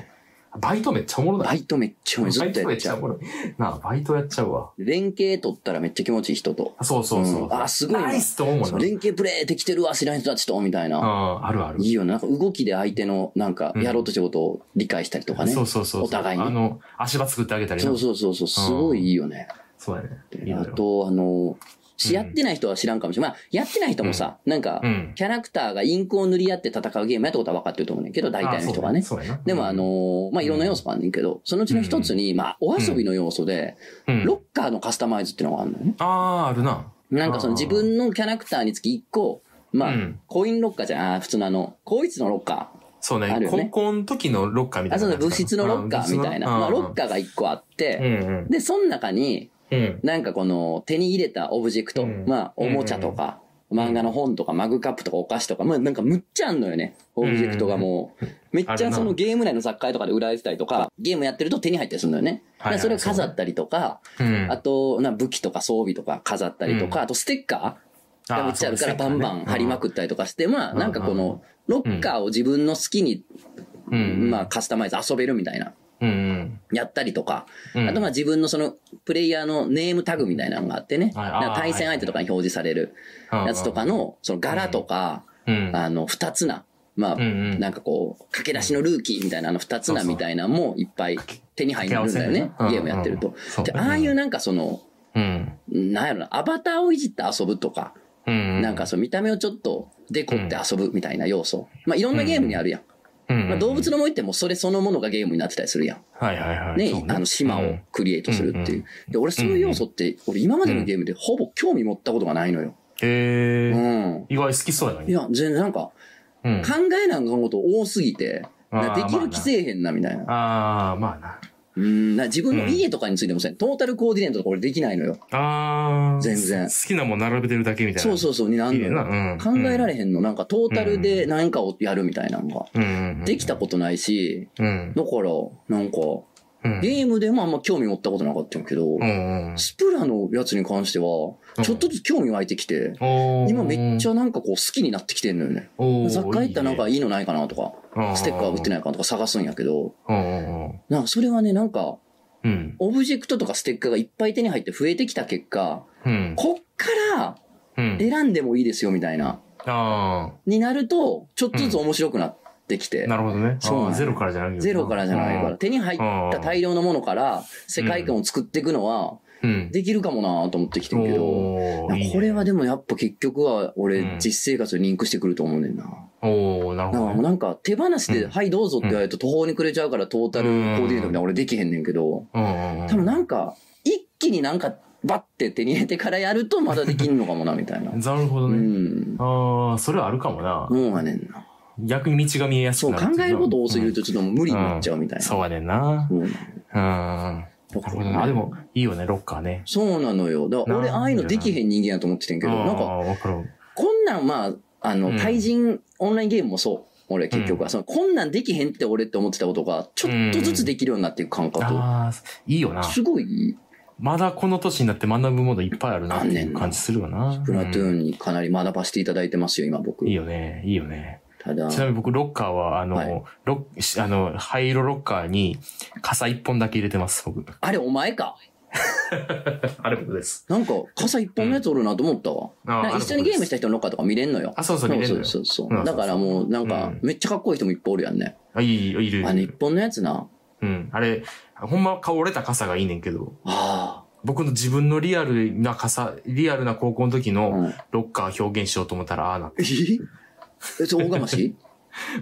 B: バイトめっちゃおもろな
A: バ
B: い。
A: イトめっちゃ面
B: バ
A: 白い。
B: イ
A: ずっ
B: ト
A: と
B: め
A: や
B: っ
A: っち
B: ち
A: ゃ
B: ゃお
A: う。
B: もろい。なあ、バイトやっちゃうわ。
A: 連携取ったらめっちゃ気持ちいい人と。
B: そうそうそう。
A: うんあすごいな
B: ナイスと思うもんな。
A: 連携プレイできてるわ、知らん人たちと、みたいな。
B: うん、あるある。
A: いいよねなんか動きで相手のなんか
B: うん
A: やろうとしたことを理解したりとかね。
B: そうそうそうそう。
A: お互いに
B: あの、足場作ってあげたりな
A: そうそうそうそう、すごいいいよね。
B: そうやね。いいの
A: あ
B: よ。
A: と、あの、しやってない人は知らんかもしれない。まあ、やってない人もさ、なんか
B: う、ん。
A: キャラクターがインクを塗り合って戦うゲームやったことは分かってると思うねんけど、大体の人が
B: あ
A: ね。
B: そうやな。
A: でもあの、ーまあ、いろんな要素があんねんけど、そのうちの一つに、まあ、お遊びの要素で、
B: うん
A: ロッカーのカスタマイズっていうのがあるのよね。
B: ああ、あるな。
A: なんかその
B: あー
A: 自分のキャラクターにつき1個、まあ
B: うん、
A: コインロッカーじゃん、あー普通のあの、高一のロッカー。
B: そう
A: あ
B: ね。
A: るよね
B: 高校の時のロッカーみ
A: あ、
B: たい
A: そ
B: な
A: う
B: や
A: だ、
B: つかな。
A: 物質のロッカーみたいな。
B: うん
A: まあ、ロッカーが1個あって、
B: うん
A: で、その中に、
B: うん。うん。
A: なんかこの手に入れたオブジェクト、
B: うん
A: まあ、おもちゃとか、漫画の本とか、マグカップとか、お菓子とか、まあ、なんかむっちゃあんのよね。オブジェクトがもう、めっ
B: あ
A: ち
B: る
A: ゃ
B: な
A: そのゲーム内の雑貨屋とかで売られてたりとか、ゲームやってると手に入ったりするのよね。だ
B: は
A: か
B: いはい
A: らそれを飾ったりとか、
B: うん。
A: あと、な武器とか装備とか飾ったりとか、
B: うん
A: あとステッカー
B: あ
A: が
B: ー
A: めっちゃあるから
B: そ
A: バ
B: う
A: ン
B: ね
A: バン貼りまくったりとかして、まあ、なんかこの、ロッカーを自分の好きに、
B: うん
A: まあ、カスタマイズ遊べるみたいな。
B: うんうん。
A: やったりとか、
B: うん
A: あとまあ自分のそのプレイヤーのネームタグみたいなのがあってね、
B: はい
A: なんか対戦
B: あー
A: 相手とかに表示されるやつとかの、その柄とか、
B: うん。
A: あの、二つな、まあ、
B: うんうん
A: なんかこう、駆け出しのルーキーみたいな、あの二つなみたいなのもいっぱい手に入るんだよね
B: 掛け
A: ゲ
B: 合わ、せね
A: ームやってると
B: うんそ。う
A: で、ああいうなんかその、
B: うん。
A: なんやろな、アバターをいじって遊ぶとか、
B: うん。
A: なんかその見た目をちょっとデコって遊ぶみたいな要素。まあいろんなゲームにあるやん。
B: うんうん
A: まあ動物の森ってもうそれそのものがゲームになってたりするやん。
B: はいはいはい。
A: ね
B: そう
A: あの島をクリエイトするっていう。で、俺そういう要素って、俺今までのゲームでほぼ興味持ったことがないのよ。
B: へ
A: う
B: え。
A: ん。
B: 意外好きそうやない
A: や、全然なんか、
B: うん
A: 考えなんかんこと多すぎて、
B: あー
A: なできる気せえへんなみたいな。
B: ああ、まあな。
A: うん、な自分の家とかについてもそうやんトータルコーディネートとか俺できないのよ。
B: ああ。
A: 全然
B: 好きなもん並べてるだけみたいな。
A: そうそうそう、になん
B: 綺
A: の
B: 麗
A: よ
B: な。うん。
A: 考えられ
B: へん。
A: へんの。なんかトータルで何かをやるみたいなのが。
B: うんうんうん。
A: できたことないし、
B: うん。
A: だから、なんか、
B: うん。
A: ゲームでもあんま興味持ったことなかったんやけど
B: う、んうん
A: スプラのやつに関しては、ちょっとずつ興味湧いてきて、
B: おー
A: 今めっちゃなんかこう好きになってきてんのよね。
B: おー
A: 雑貨行ったらなんか
B: いい
A: いいのないかなとか、
B: ね
A: ステッカー売って
B: い。
A: ないかなとか探すんやけど、
B: うんうんうん
A: なんかそれはね、なんか、
B: うん。
A: オブジェクトとかステッカーがいっぱい手に入って増えてきた結果、
B: うん。
A: こっから
B: うん。
A: 選んでもいいですよみたいな、
B: あ
A: になると、ちょっとずつ面白くなってき
B: あ。
A: て
B: な、るほどね。
A: そうなん
B: あ
A: や
B: ーゼロからじゃないけど
A: ゼロからじゃないから、。手に入った大量のものから世界観を作っていくのは
B: うん。
A: できるかもなと思ってきてるけど、
B: お
A: な
B: ー
A: ん
B: いい
A: か
B: ね
A: これはでもやっぱ結局は
B: うん
A: 俺実生活にリンクしてくると思うねんな。
B: おおなる
A: だ
B: ほ
A: か
B: ど
A: らもう
B: ね。
A: なんか手放しで、
B: うん
A: はいどうぞって言われると途方に暮れちゃうからトータルコーディネートみたいな俺できへんねんけど、
B: うんうんうん
A: 多分なんか一気になんかバッて手に入れてからやるとまだできんのかもなみたいな。
B: なるほど
A: うん。
B: ね。ああ、それはあるかもな。
A: もうやねんな。
B: 逆に道が見えやす
A: そう
B: くな
A: 考
B: るっていうな
A: えること多すぎるとちょっともう無理になっちゃうみたい
B: うん
A: な。
B: そうやねんな。
A: うん
B: うん。な
A: だ
B: る
A: か
B: ほ
A: ら
B: ど
A: ね
B: な。あ、でも、いいよね、ロッカーね。
A: そうなのよ。だから俺、
B: なんで
A: ああいうのできへん人間やと思っててんけど、なん
B: あー
A: か、
B: わかる。
A: こんなん、まあ、あ
B: う
A: の
B: ん、
A: 対人オンラインゲームもそう。俺、結局
B: う
A: は。その、こんなんできへんって俺って思ってたことが、ちょっとずつできるようになっていく感覚。
B: ああ、いいよな。
A: すごい、
B: まだこの年になって学ぶものいっぱいあるなっ
A: あ
B: て
A: んね
B: い
A: ん
B: う
A: な
B: 感じするよな。
A: プラトゥー
B: うん
A: ンにかなり学ばせていただいてますよ、今僕
B: いい。よね、いいよね。
A: ただ
B: ち、なみに僕、ロッカーは、あの、
A: はい
B: ロッしあの、灰色ロッカーに、傘一本だけ入れてます、僕。
A: あれ、お前か。
B: あれ僕です。
A: なんか、傘一本のやつおるなと思ったわ。
B: あ
A: なんか一緒にゲームした人の中とか見れんのよ。
B: あ、そうそ、
A: そう
B: 見
A: う
B: れる
A: そ
B: のよ
A: う。そうそ
B: うん
A: う。だからもう、なん
B: う
A: か
B: ん、
A: めっちゃかっこいい人もいっぱいおるやんね。
B: あ、いい、いいいる。
A: あの、一本のやつな。
B: うん。あれ、ほんま顔折れた傘がいいねんけど、
A: あ
B: 僕の自分のリアルな傘、リアルな高校の時
A: あ。う
B: の
A: ん。
B: ロッカー表現しようと思ったら、ああなって、
A: ええそう、大釜
B: *laughs*
A: し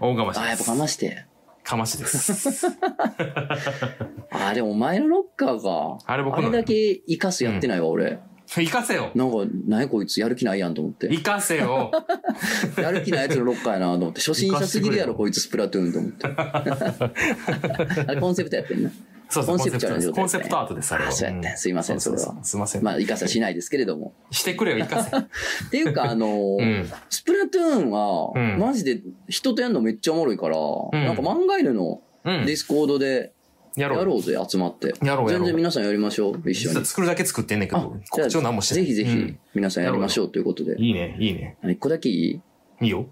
B: 大がまし
A: ああ、やっ
B: で
A: ぱ
B: す。
A: かまして。
B: かましです。
A: *laughs* ああ、でもお前のロッカーか。
B: あれ僕
A: あ
B: の
A: れだけ生かすやってないわ、俺。
B: 行かせよ
A: なんか、なんやこいつやる気ないやんと思って。
B: 行かせよ
A: *laughs* やる気ないやつのロッカーやなと思って。初心者すぎるやろ、
B: 生
A: こいつスプラトゥーンと思
B: *laughs*
A: って。あれコンセプトやってんな。
B: そうそう、コ
A: コン
B: ンセ
A: セプ
B: プ
A: ト
B: トで
A: な状態で
B: す。
A: すね
B: コンセプトアートです、あれは。
A: あそうやって
B: うん
A: すいませんそれは
B: うううすいません。
A: まあ、生かさしないですけれども。
B: してくれよ、
A: *laughs*
B: 行かせ。
A: っていうか、あのー
B: うん。
A: スプラトゥーンは、
B: うん
A: マジで人とやるのめっちゃおもろいから、
B: ん
A: なんか漫画犬の
B: うん
A: ディ。スコードでや
B: やろう。
A: ろうぜ、集まって。
B: やろう、や
A: 全
B: ろ
A: 然
B: う。
A: 皆さんやりましょう、一緒
B: 実は
A: に。
B: 作るだけ作ってんねんけど、
A: じゃ
B: 告
A: あ
B: 知を何もしてな
A: ぜ
B: い。
A: ひぜひ皆さんやりましょうということで
B: うん。いいね、いいね。
A: 一個だけいい
B: いいよ。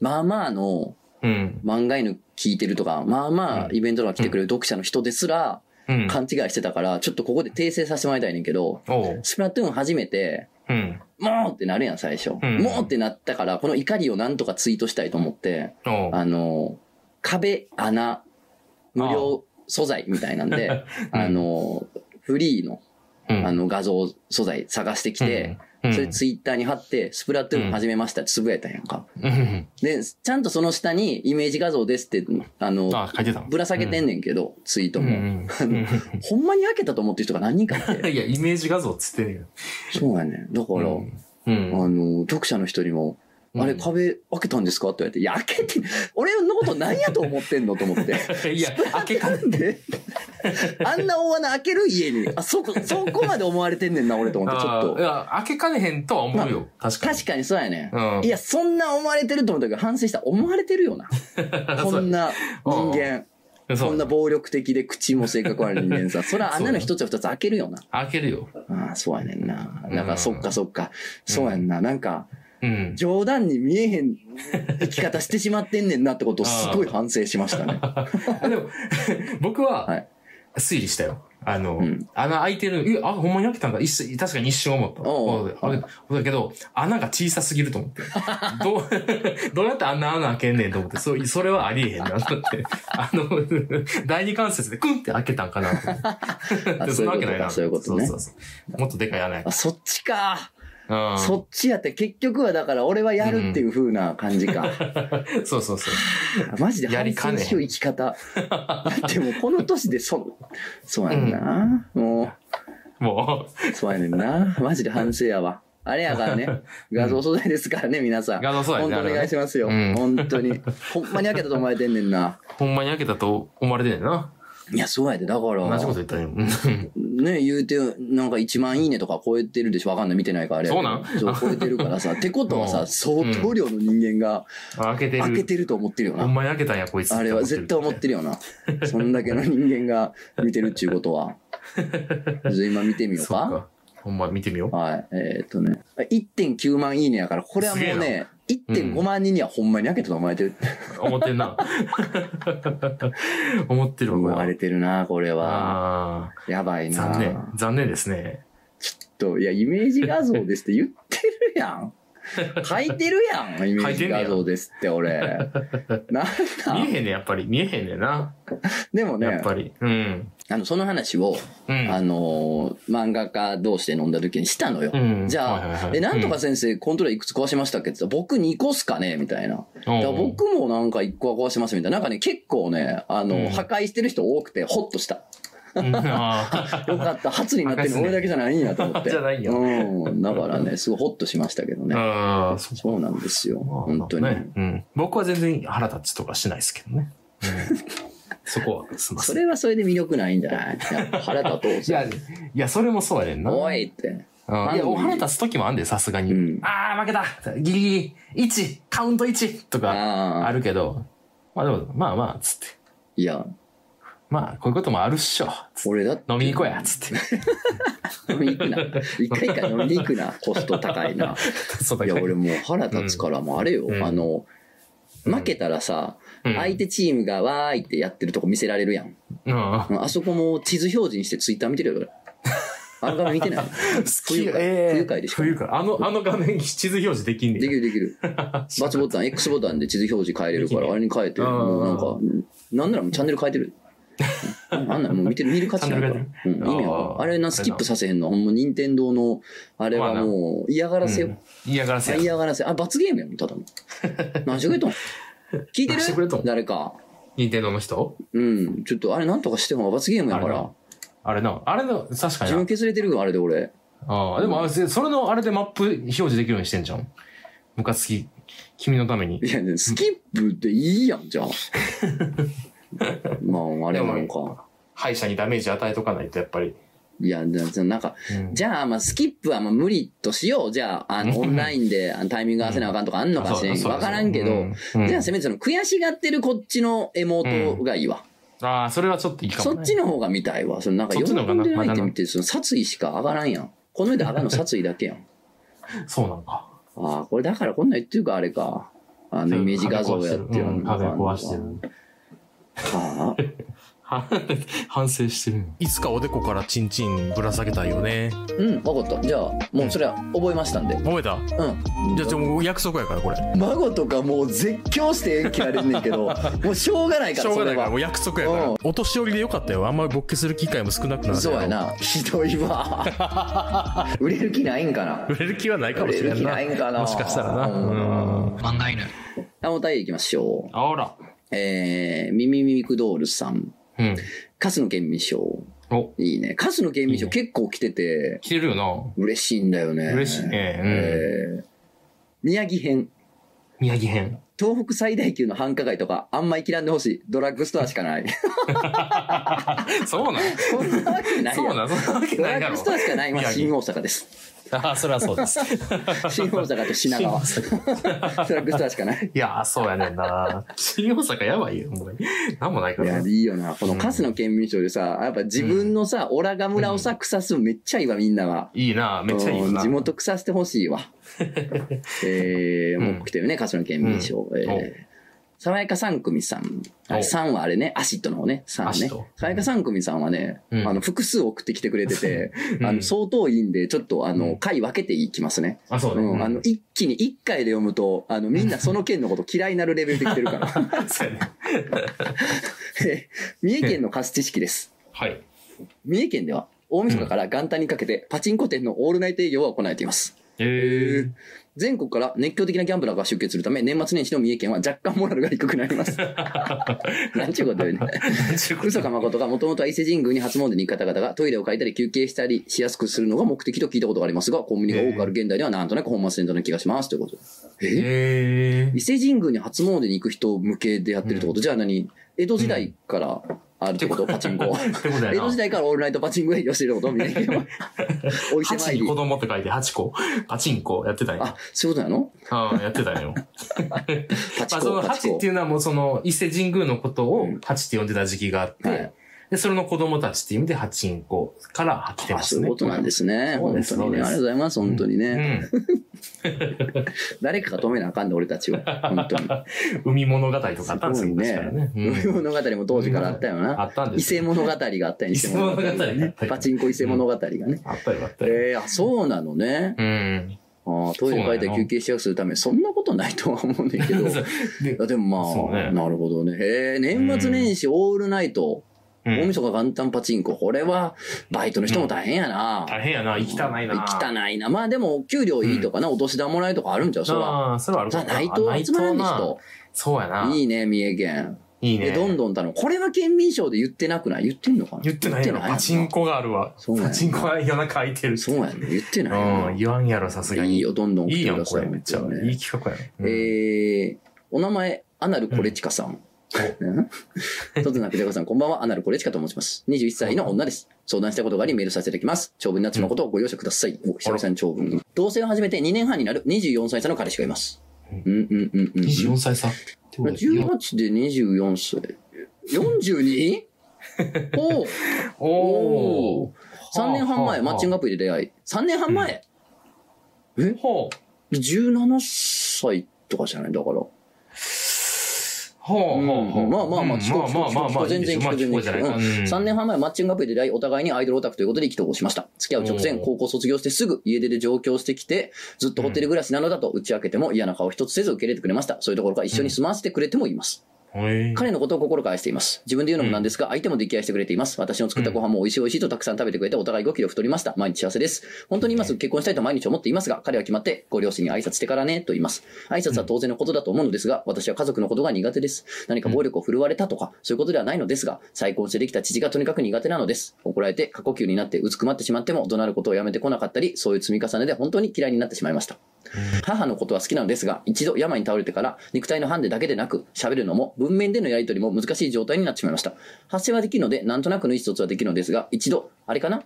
A: まあまあの
B: うん。
A: 漫画犬聞いてるとか、まあまあ
B: うん
A: イベントとか来てくれる読者の人ですら
B: うん。
A: 勘違いしてたから、ちょっとここで訂正させてもらいたいねんけど、
B: おう。
A: スプラトゥーン初めて、
B: うん。
A: もうってなるやん、最初。
B: うん
A: もうってなったから、この怒りをなんとかツイートしたいと思って、
B: おう。
A: あの、壁、穴、無料素材みたいなんで、
B: *laughs* うん
A: あの、フリーの
B: うん
A: あの画像素材探してきて、、
B: うん
A: それツイッターに貼って、スプラトゥーン始めましたってつぶやいたんやんか。
B: うん。
A: で、ちゃんとその下にイメージ画像ですって、あの、
B: あ、書いてたの
A: ぶら下げてんねんけど、ツイートも。
B: うんうん
A: ほんまに開けたと思ってる人が何人かい
B: うん
A: て。
B: *laughs* いや、イメージ画像っつってねえよ。
A: そうやねん。だから、
B: う
A: あ
B: ん。
A: の、読者の人にも、あれ壁開けたんですかって言われて、いや、開けて、俺のこと何やと思ってんのと思って。
B: れ *laughs* いや、開けか
A: な
B: ね。
A: んであんな大穴開ける家に、あ、そこ、そこまで思われてんねんな、俺と思って、ち
B: あ
A: ょっ
B: ーい
A: と。
B: や開けかねへんとは思うよ。確かに。
A: 確かにそうやねん。
B: うん
A: いや、そんな思われてると思ったけど、反省した。思われてるよな。
B: *laughs*
A: こんな人間。
B: そう
A: そんな暴力的で口も性格悪い人間さ、そら穴の一つや二つ開けるよな。
B: 開けるよ。
A: ああ、そうやねんな。だか
B: うん
A: らそっかそっか。そうやんな。なんか、
B: うん。
A: 冗談に見えへ
B: *laughs*
A: ん生き方してしまってんねんなってことをすごい
B: あ
A: 反省しました
B: *laughs*
A: ね。
B: でも、僕
A: は、
B: はい推理したよ。あの、
A: うん
B: 穴開いてる、え、あ、ほんまに開けたんか一瞬確かに一瞬思った。
A: おう
B: ああだけど、穴が小さすぎると
A: *laughs*
B: 思って。どう、 *laughs* どうやってあんな穴開けんねんと思って、そうそれはありえへんなと思って。あの、 *laughs* 第二関節でクンって開けたんかなと思っ
A: *laughs*
B: て。
A: あ
B: で
A: そういうことか
B: んなわけなな
A: そういうことね
B: そうそうそうもっとでかい穴や
A: あ、そっちか。
B: うん
A: そっちやって、結局はだから俺はやるっていう風な感じか。
B: そうそうそう。
A: マジで
B: や
A: 反
B: りか
A: 省
B: ね
A: しよう生き方。だってもうこの年でそ、そうやねんな。も *laughs*
B: もう、
A: う、そうやねんな。マジで反省やわ。あれやからね、画像素材ですからね、皆さん。
B: 画像素材
A: 本
B: ね
A: 当お願いしますよ。
B: あれはねうん
A: 本当に。ほんまに開けたと思われてんねんな。
B: ほんまに開けたと思われてんねんな。
A: いや、そうやで。だから、
B: 同じこと言ったね。うん
A: ね、言うて、なんか1万いいねとか超えてるでしょわかんない。見てないからあれ。
B: そうなん
A: そう、超えてるから
B: *laughs*
A: さ。ってことは
B: う
A: さ、
B: ん
A: 相当量の人間が
B: 開け
A: *laughs*
B: て
A: 開け
B: る。
A: てると思ってるよ
B: ほ
A: な。
B: んまに開けたんや、こいつ。
A: あれは絶対思ってる
B: *laughs*
A: よな。そんだけの人間が見てるっちゅうことは。じゃあ今見てみよう
B: そっ
A: か。
B: か。ほんま見てみよう。
A: はい。えーっとね。1.9万いいねやから、これはもう
B: すげ
A: ね、1.5万人にはほんまに開けたと思われてる。
B: 思ってんな。 *laughs* 思ってる
A: 思
B: わ、こ
A: わ
B: れ
A: れてるな、これは。
B: は。あ
A: やばい
B: ー
A: な。
B: 残念。残念ですね。
A: と、いや、イメージ画像ですって言ってるやん。書いてる
B: *laughs*
A: やん、イメージ画像ですって、俺。なん
B: 見
A: なん
B: えへんね、やっぱり。見えへんねんな。
A: でも
B: やっ
A: ね、
B: ぱり。うん。
A: あの、その話を、
B: う
A: あ
B: ん。
A: のー漫画家同士で飲んだ時にしたのよ。
B: うん
A: じ
B: はいは
A: ゃ
B: いは
A: あ、
B: い
A: え、なんとか先生、コントローラーいくつ壊しましたっけって言ったら、僕2個っすかねみたいな。だから僕もなんか1個は壊しますみたいな。なんかね、結構ね、あの、
B: うん
A: 破壊してる人多くて、ホッとした。
B: うん
A: *laughs*
B: あ
A: よかった、初になってるの俺だけじゃないんやと思っ
B: *laughs*
A: て。
B: じゃないよ
A: うん。だからね、すごいホッとしましたけど
B: ー
A: ね。
B: あー、そ
A: そうなんですよ。
B: まあ
A: 本当に。
B: ねうん。僕は全然腹立ちとかしないですけどね。うんそこはすみませ
A: そ
B: ん。い
A: れはそれで魅力ないんじゃ
B: *laughs*
A: ないやっぱ腹立とうぜ。
B: や、いや、それもそうやねんな。
A: おいって。
B: うんいや、お腹立つ時もあんで、さすがに。
A: うん
B: ああ、負けたギリギリ !1! カウント 1! とか、
A: あ
B: あ
A: あ。
B: るけど、まあでも、まあまあ、つって。
A: いや、
B: まあ、こういうこともあるっしょ。つって
A: 俺だって
B: 飲みに行こうや、つって。
A: 飲みに行くな。一回一回飲みに行く
B: *laughs*
A: な。コスト高いな。
B: そうだ
A: い
B: け
A: や、
B: ど
A: 俺もう腹立つから、もうあれよ
B: う。ん
A: あの、負けたらさ、
B: うん
A: 相手チームがわーいってやってるとこ見せられるやん。
B: うん
A: あそこも地図表示にしてツイッター見てるよ
B: *laughs*
A: 俺。あの画面見てない
B: 好き
A: 冬か
B: えー
A: 冬会でしょ
B: 冬か。あの、あの画面、地図表示できんねん。
A: できるでき
B: *laughs*
A: る。バツボタン、X ボタンで地図表示変えれるか
B: でき
A: ら、
B: る
A: あれに変えて、
B: あー
A: もうなんか、なんならもうチャンネル変えて
B: *laughs*
A: る。うんあんならもう見てる、見る価値ないから。
B: チャ
A: うん、意
B: る
A: 味
B: あ
A: は
B: ー
A: あれな、スキップさせへんの。ほんま、任天堂の、あれはもう、嫌がらせ
B: うん
A: よ。
B: 嫌がらせ
A: あ
B: や。
A: 嫌がらせ。あ、罰ゲームやもん、ただの。何してくれと
B: *laughs*
A: ん聞いて
B: 何してくれと
A: る
B: ん
A: 誰か。
B: 任天堂の人
A: うん。ちょっと、あれなんとかしても罰ゲームやか
B: あれ
A: ら
B: な。あれな。あれの、確かに
A: 自
B: な
A: 分削れてるわ、あれで俺。
B: ああ、でもあれ、それのあれでマップ表示できるようにしてんじゃん。ムカつき、君のために
A: い。や、ね、スキップでいいやん、
B: *laughs*
A: じゃあ。まあ、あれはなんか。
B: 敗者にダメージ与えとかないと、やっぱり。
A: いや、でもなんか、
B: うん
A: じゃあ、まあ、スキップはまあ無理としよう。じゃあ、あの、オンラインであのタイミング合わせなあかんとかあんのかしら
B: あ
A: ん
B: そうだそうだ
A: わからんけ
B: う
A: ど
B: ん、
A: じゃあ、せめてその、悔しがってるこっちのエモートがいいわ。
B: ああ、それはちょっといいかも、
A: そ
B: ね。
A: っちの方が見たいわ。そのなんか、
B: そっ
A: 喜
B: ちの方が
A: ん
B: な
A: でないって
B: まだな
A: 見て、その、殺意しか上がらんやん。この世で上がるの殺意だけやん。
B: *laughs* そうなのか。
A: ああ、これだからこんなん言ってるか、あれか。あの、イメージ画像やって
B: うん壁壊してる。 *laughs*
A: ああ
B: は反省してる。いつかおでこからチンチンぶら下げたいよね。
A: うん、わかった。じゃあ、もうそれは覚えましたんで。
B: 覚えた
A: うん。
B: じゃあ、ちょ、もう約束やから、これ。
A: 孫とかもう絶叫して切られんねんけ
B: *laughs*
A: ど、もうしょうがないか
B: し
A: ら、
B: ょう
A: そ
B: がな
A: れ
B: いから、
A: は
B: もう。約束やか
A: う
B: ら
A: ん。
B: お年寄りでよかったよ。あんまりボッケする機会も少なくなる。
A: そうや。
B: *laughs*
A: な。ひどいわ。売れる気ないんか
B: *laughs*
A: な。
B: 売れる気はないかもしれ
A: 売れる
B: ん
A: 気
B: な
A: ないんかな
B: もしかしたらな。
A: うん
B: うん。
A: 漫画犬。あ、お便り行きましょ
B: あら。
A: う。えー、ミミミミクドールさん。
B: うん。
A: カスの県民賞。
B: お、
A: いいね。カスの県民
B: いい
A: 賞
B: ね
A: 結構来てて、
B: 来てるよ
A: 嬉しいんだよね。
B: な。嬉しい。ね。うん。
A: えー、宮城編。
B: 宮城編。
A: 東北最大級の繁華街とか、あんまり嫌んでほしい。ドラッグストアしか
B: *laughs*
A: ない。
B: そうなん
A: そんなわけないやん
B: そうなんそんなわけ
A: ド
B: な
A: ラ
B: い
A: ッグ
B: や
A: *laughs*
B: ろ
A: ス。トアしかない。まあ、
B: 宮城
A: 新大阪です。
B: *laughs* ああ、それはそうです。
A: 新大阪と品川。 *laughs* ドラッグストアしかない。
B: *laughs* いやー、そうやねんな。新大阪やばいよ、もう。なんもない
A: い
B: から
A: や、い
B: な。
A: いよな。このカスの県民賞でさ、やっぱ自分のさ、オラガ村をさ、草すめっちゃいいわ、みんなが。
B: いいな、めっちゃいい
A: うん
B: な。
A: 地元草してほしい
B: *laughs*
A: わ。えー、
B: うん
A: もう来てるね、カスの県民賞。えー
B: お
A: 爽やか三組さん。あ
B: お
A: 3はあれね、アシットの方ね。3
B: アシッ
A: ね
B: ト。
A: 爽やか三組さんはね、
B: うん
A: あの、複数送ってきてくれてて、
B: うん
A: あの、相当いいんで、ちょっと、あ
B: う
A: の、
B: ん
A: 回分けていきますね。
B: あ、そうね。
A: うん、あの、一気に一回で読むと、あの、みんなその県のこと嫌いになるレベルで来てる
B: *laughs*
A: から。
B: そうやね。
A: え三重県のカス知識です。
B: はい。
A: 三重県では、大晦日から元旦にかけて、パチンコ店のオールナイト営業は行われています。
B: え
A: 全国から熱狂的なギャンブラーが集結するため、年末年始の三重県は若干モラルが低くなり *laughs* ます。なんちゅうことよね。嘘か誠がもともとは伊勢神宮に初詣に行く方々がトイレを借りたり休憩したりしやすくするのが目的と聞いたことがありますが、コンビニが多くある現代ではなんとなく本末転倒な気がします。ということで。え
B: え
A: 伊勢神宮に初詣に行く人向けでやってるってこと、じゃあ何江戸時代からあるってこと、パチンコ。
B: ー。ってことや
A: 江戸時
B: な。
A: 代からオールナイトパチンコ営業してることみたい
B: *laughs*
A: な。お伊勢
B: 八
A: 参
B: に
A: り
B: 子。供って書いて八個。パチンコやってたんや。
A: あ、そういうことなの
B: ああ、やってた
A: *laughs*
B: んよ。
A: パチ
B: まあ、そ
A: コ、
B: の
A: パチ
B: 八っ
A: コ
B: てい。うのはもうその伊勢神宮のこと
A: う
B: を
A: ん
B: 八って呼んでた時期があって、
A: はい
B: で、それの子供たちっていう意味で八人子から来てま
A: あ、そ
B: す
A: うい
B: ね。
A: うことなんですね。
B: そう
A: 本
B: です
A: 当にね。ありが
B: そうです
A: とうございます、本当にね。
B: うん。
A: 誰かが止めなあかんで、俺たちは。本当に。 *laughs*
B: 海物語とかあったんですよ、
A: す
B: 昔
A: ご
B: か
A: い
B: ら
A: ね
B: ね。。
A: 海
B: うん
A: 物語も当時からあったよ
B: あ
A: な。
B: ったんで
A: 伊
B: す
A: 勢
B: よ。
A: 物語があったよ、
B: 伊勢物語があったよ
A: パチンコ伊勢物語がね。
B: あったよ、あったよ。
A: えー、あ、そうなのね。
B: うん。
A: ああ、トイレ帰ったり休憩しやすくするため、そんなことないとは思うんだけ
B: *laughs*
A: ど。い
B: で
A: や、でも
B: そう
A: まあ、
B: ね
A: なるほどね。えー、年末年始オールナイト、
B: う
A: 大
B: ん、
A: 晦日元旦パチンコ。これは、バイトの人も大変やな。
B: 大変やな、行きたないな。
A: 行きたないな。まあでも、給料いいとかな、お年玉もらえとかあるんちゃうそら。
B: ああ、それはある
A: じゃ
B: か
A: あ、内藤集まらんでしと。
B: そうやな。
A: いいね、三重県。
B: いいね。
A: で、どんどん頼む。これは県民賞で言ってなくない言ってんのかな
B: 言ってないよ。パチン。コがあるわ。
A: そうなんや
B: パチンコは夜中空いてる。
A: そうやね。言ってないよ
B: うん、言わんやろ、さす
A: な。
B: が
A: い
B: に。
A: いよ、どんどん送っ
B: いい
A: て
B: や
A: く
B: ん、
A: だ
B: こ
A: さ
B: れ
A: い。
B: めっちゃ。いい企画やん。うん
A: えー、お名前、アナルコレチカさん。とつなくじゃこさん、こんばんは。アナルコレチカと申します。21歳の女です。相談したことがありメールさせていただきます。長文になってしまうことをご容赦ください。お、久々に長文。同棲を始めて2年半になる24歳差の彼氏がいます。うんうんうんうん。
B: 24歳差。ってことで
A: 18で24歳。42? おう
B: おお。
A: 3年半前、マッチング
B: グ。
A: アプリで出会い。3年半前、
B: ほう。
A: ?17 歳とかじゃないだから。
B: ほうほうほう。
A: まあまあまあ
B: うん
A: 聞こう
B: まあま
A: 聞
B: あま
A: こ
B: あ
A: う全然聞こう
B: いいですよまあ聞こうじゃないか。
A: 3年半前、マッチングアプリで出会い、お互いにアイドルオタクということで意気投合しました。付き合う直前、
B: おー
A: 高校卒業してすぐ家出で上京してきて、ずっとホテル暮らしなのだと打ち明けても嫌な顔一つせず受け入れてくれました。そういうところから一緒に住まわせてくれてもいます。
B: 半。へえ
A: 彼のことを心から愛しています。自分で言うのもなんですが、相手も出来合いしてくれています。私の作ったご飯も美味しい美味しいとたくさん食べてくれて、お互い5キロ太りました。毎日幸せです。本当に今すぐ結婚したいと毎日思っていますが、彼は決まって、ご両親に挨拶してからね、と言います。挨拶は当然のことだと思うのですが、私は家族のことが苦手です。何か暴力を振るわれたとか、そういうことではないのですが、再婚してできた父がとにかく苦手なのです。怒られて、過呼吸になって、うつくまってしまっても、怒鳴ることをやめてこなかったり、そういう積み重ねで本当に嫌いになってしまいました。母のことは好きなのですが、一度病に倒れてから、肉体のハンデだけでなく、喋るのも、文面でのやり取りも難しい状態になってしまいました。発声はできるので、なんとなくの意思疎通はできるのですが、一度、あれかな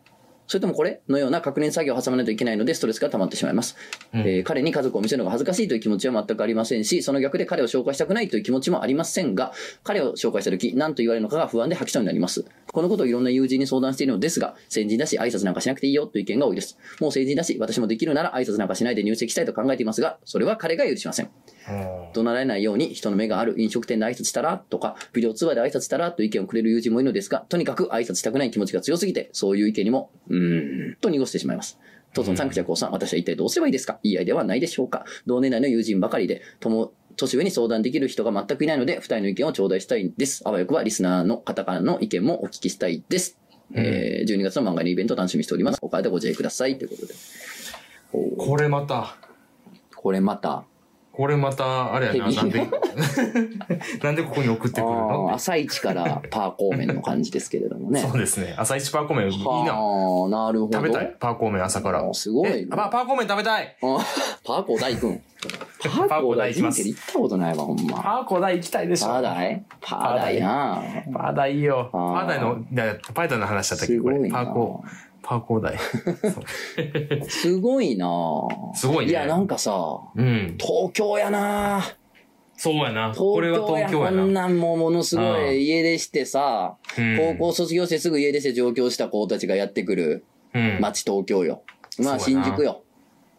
A: それともこれのような確認作業を挟まないといけないので、ストレスが溜まってしまいます。
B: うん
A: えー彼に家族を見せるのが恥ずかしいという気持ちは全くありませんし、その逆で彼を紹介したくないという気持ちもありませんが、彼を紹介した時、何と言われるのかが不安で吐きそうになります。このことをいろんな友人に相談しているのですが、成人だし挨拶なんかしなくていいよという意見が多いです。もう成人だし、私もできるなら挨拶なんかしないで入籍したいと考えていますが、それは彼が許しません。
B: うん
A: 怒鳴られないように人の目がある飲食店で挨拶したらとか、ビデオ通話で挨拶したらという意見をくれる友人もいるのですが、とにかく挨拶したくない気持ちが強すぎて、そういう意見にも、うーん、と濁してしまいます。とそのサンクチャコウさん、私は一体どうすればいいですかいいアイデアはないでしょうか同年代の友人ばかりで、友、年上に相談できる人が全くいないので、二人の意見を頂戴したいんです。あわよくばリスナーの方からの意見もお聞きしたいです。えー、12月の漫画のイベントを楽しみにしております。お体でご自愛ください。ということで。お
B: これまた、
A: これまた、
B: これまた、あれやな、なんで、 *laughs* なんでここに送ってくる
A: あー
B: の
A: 朝一からパーコーメンの感じですけれどもね。
B: *laughs* そうですね。朝一パーコーメン、いいな。
A: はあ、なるほど。
B: 食べたい。パーコーメン朝から
A: あ。すごいね
B: えあパーコーメン食べたい
A: あパーコー大君。パーコ
B: ーコ
A: ー大
B: ー大行き
A: 人
B: ます
A: 生で行ったことないわ、ほんま。
B: パーコー大行きたいでしょ。
A: パーダイパーダイな
B: パーダイいいよ。
A: あ
B: パ
A: ー
B: ーダイの、いやパーダイの話だったっけ
A: す
B: こ
A: ごい
B: れ。パ
A: な
B: ーコー、パーコー大。そう
A: すごいな
B: すごいね
A: いや、なんかさ、
B: うん。
A: 東京やな
B: そうやな。
A: 東
B: これは
A: 京や
B: 東京
A: こ
B: や
A: ん
B: な。
A: なんもうものすご
B: うん
A: い家出してさ、高校卒業してすぐ家出して上京した子たちがやってくる
B: うん、うん
A: 街東京よ。まあ
B: そう
A: 新
B: やな
A: 宿よ。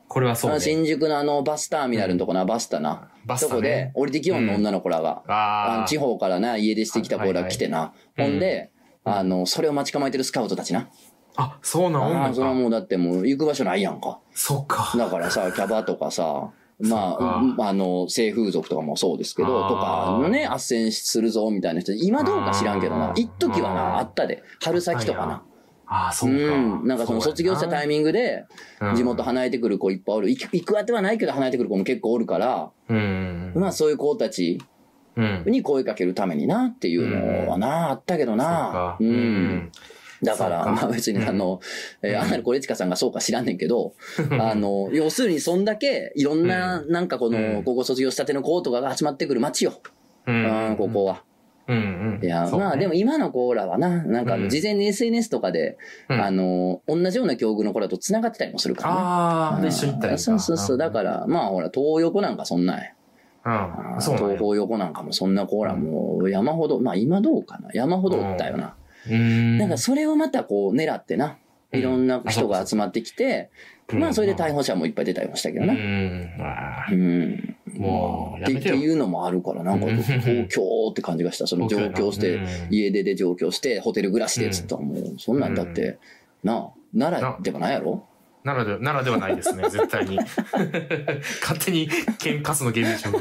B: これはそう
A: あの
B: ね。
A: 新宿のあのバスターミナルのとこな、バスタな。
B: バスタ
A: そこ
B: ね
A: で降りてきよんの女の子らが。あ
B: あ
A: の
B: あ。
A: 地方からな、家出してきた子ら来てな。
B: はいはい
A: ほんで、あの、それを待ち構えてるスカウトたちな。
B: あ、そうなん
A: ああ、それは
B: 女か。
A: もうだってもう行く場所ないやんか。
B: そっか。
A: だから
B: *laughs*
A: さ、キャバとかさ、ま
B: そう
A: あ
B: か、
A: うんあの、性風俗とかもそうですけど、
B: あー
A: とかのね、斡旋するぞ、みたいな人、今どうか知らんけどな
B: あ、ー
A: 一時はな、
B: あー
A: あったで、春先とか
B: あ
A: な
B: っ。ああ、そううか。
A: ん。なんかその卒業したタイ
B: イ
A: ミングで、地元
B: は、
A: 離れてくる子いっぱいおる。行く行くあてはないけど離れてくる子も結構おるから、
B: うん。
A: まあそういう子たち
B: うん。
A: に声かけるためになっていうのはな、あったけどな。
B: そう
A: う
B: か
A: ん。。だから、
B: そうか
A: まあ別に
B: うん
A: あの、えー、アナルコレチカさんがそうか知らんねんけど、あの、要するにそんだけ、いろんな、
B: う
A: なんかこ
B: う
A: の、
B: ん
A: 高校卒業したての子とかが集まってくる街よ。
B: *laughs* う
A: うん、こ。こは。
B: うんうん。
A: いや、まあで
B: も、
A: も今の子らはな、なんかあ
B: う
A: の
B: ん
A: 事前に SNS とかで、
B: うん
A: あの、同じような境遇の子らと繋がってたりもするからね。
B: ああ、
A: う
B: で
A: ん
B: 一緒に行ったり
A: そうそうそう。だから、まあほら、東横なんかそんなんや。
B: ら
A: あー
B: そうなん
A: 東
B: や
A: 方横なんかもそんな子らもう山ほど、まあ今どうかな。山ほどおったよな。
B: うん。
A: なんかそれをまたこう狙ってな、いろんな人が集まってきて、
B: うん
A: まあそれで逮捕者もいっぱい出たりもしたけど
B: う
A: な。
B: ん。ああ
A: うん。
B: もう
A: って
B: やめてよ
A: っていうのもあるから、なんか
B: うん
A: 東京って感じがした。その上京して、、家出で上京して、ホテル暮らしでっつったらもう、そんなんだって、なあ、奈良でもないやろ
B: ならでは、ならではないで
A: *laughs*
B: すね、絶対に。勝手に、ケンカスのゲームでしょ。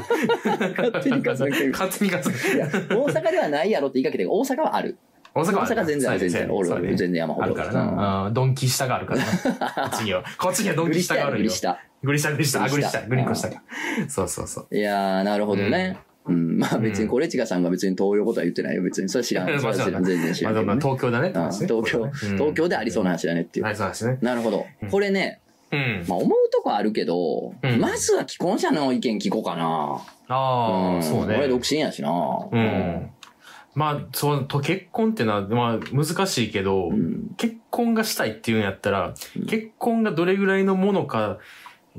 A: *laughs* 勝手にガス抜ける
B: 勝手にガス抜け
A: いや、大阪ではないやろって言いかけて、大阪はある。
B: 大
A: 大
B: 阪は
A: 阪全然ある、全然。俺は全然山ほ
B: あ
A: ど
B: るからな。うんドンキ下があるから
A: *laughs*
B: な。こっちには。こっちにはド
A: うん
B: ン
A: グ
B: キ
A: リ下
B: 下が
A: や
B: あ
A: ろ
B: る
A: グ
B: よ
A: リ。下。
B: グリ下、グリ下、あ、グ
A: グ
B: リ
A: リ下
B: 下、グリコ下か。そうそうそう。
A: いやー、なるほどね。うん、まあ別に、コレチガさんが別に東洋ことは言ってないよ。別に、それは知
B: *laughs*
A: らん。それは知らん。全然知
B: ま
A: ら
B: あ
A: ん
B: で
A: け
B: もま
A: どね。
B: あ東京だねって
A: うん
B: 話ね。
A: 東京、東京でありそうな話だねっていう
B: あ。りそうなんですね。
A: なるほど
B: うん。
A: これね、
B: うん。
A: まあ思うとこあるけど、
B: うん
A: まずは既婚者の意見聞こうかな。
B: あ
A: ん
B: あ、そうね。
A: 俺独身やしな。
B: う。ん。まあ、そう、と結婚ってのは、まあ、難しいけど、
A: うん。
B: 結婚がしたいっていうんやったら、
A: うん
B: 結婚がどれぐらいのものか、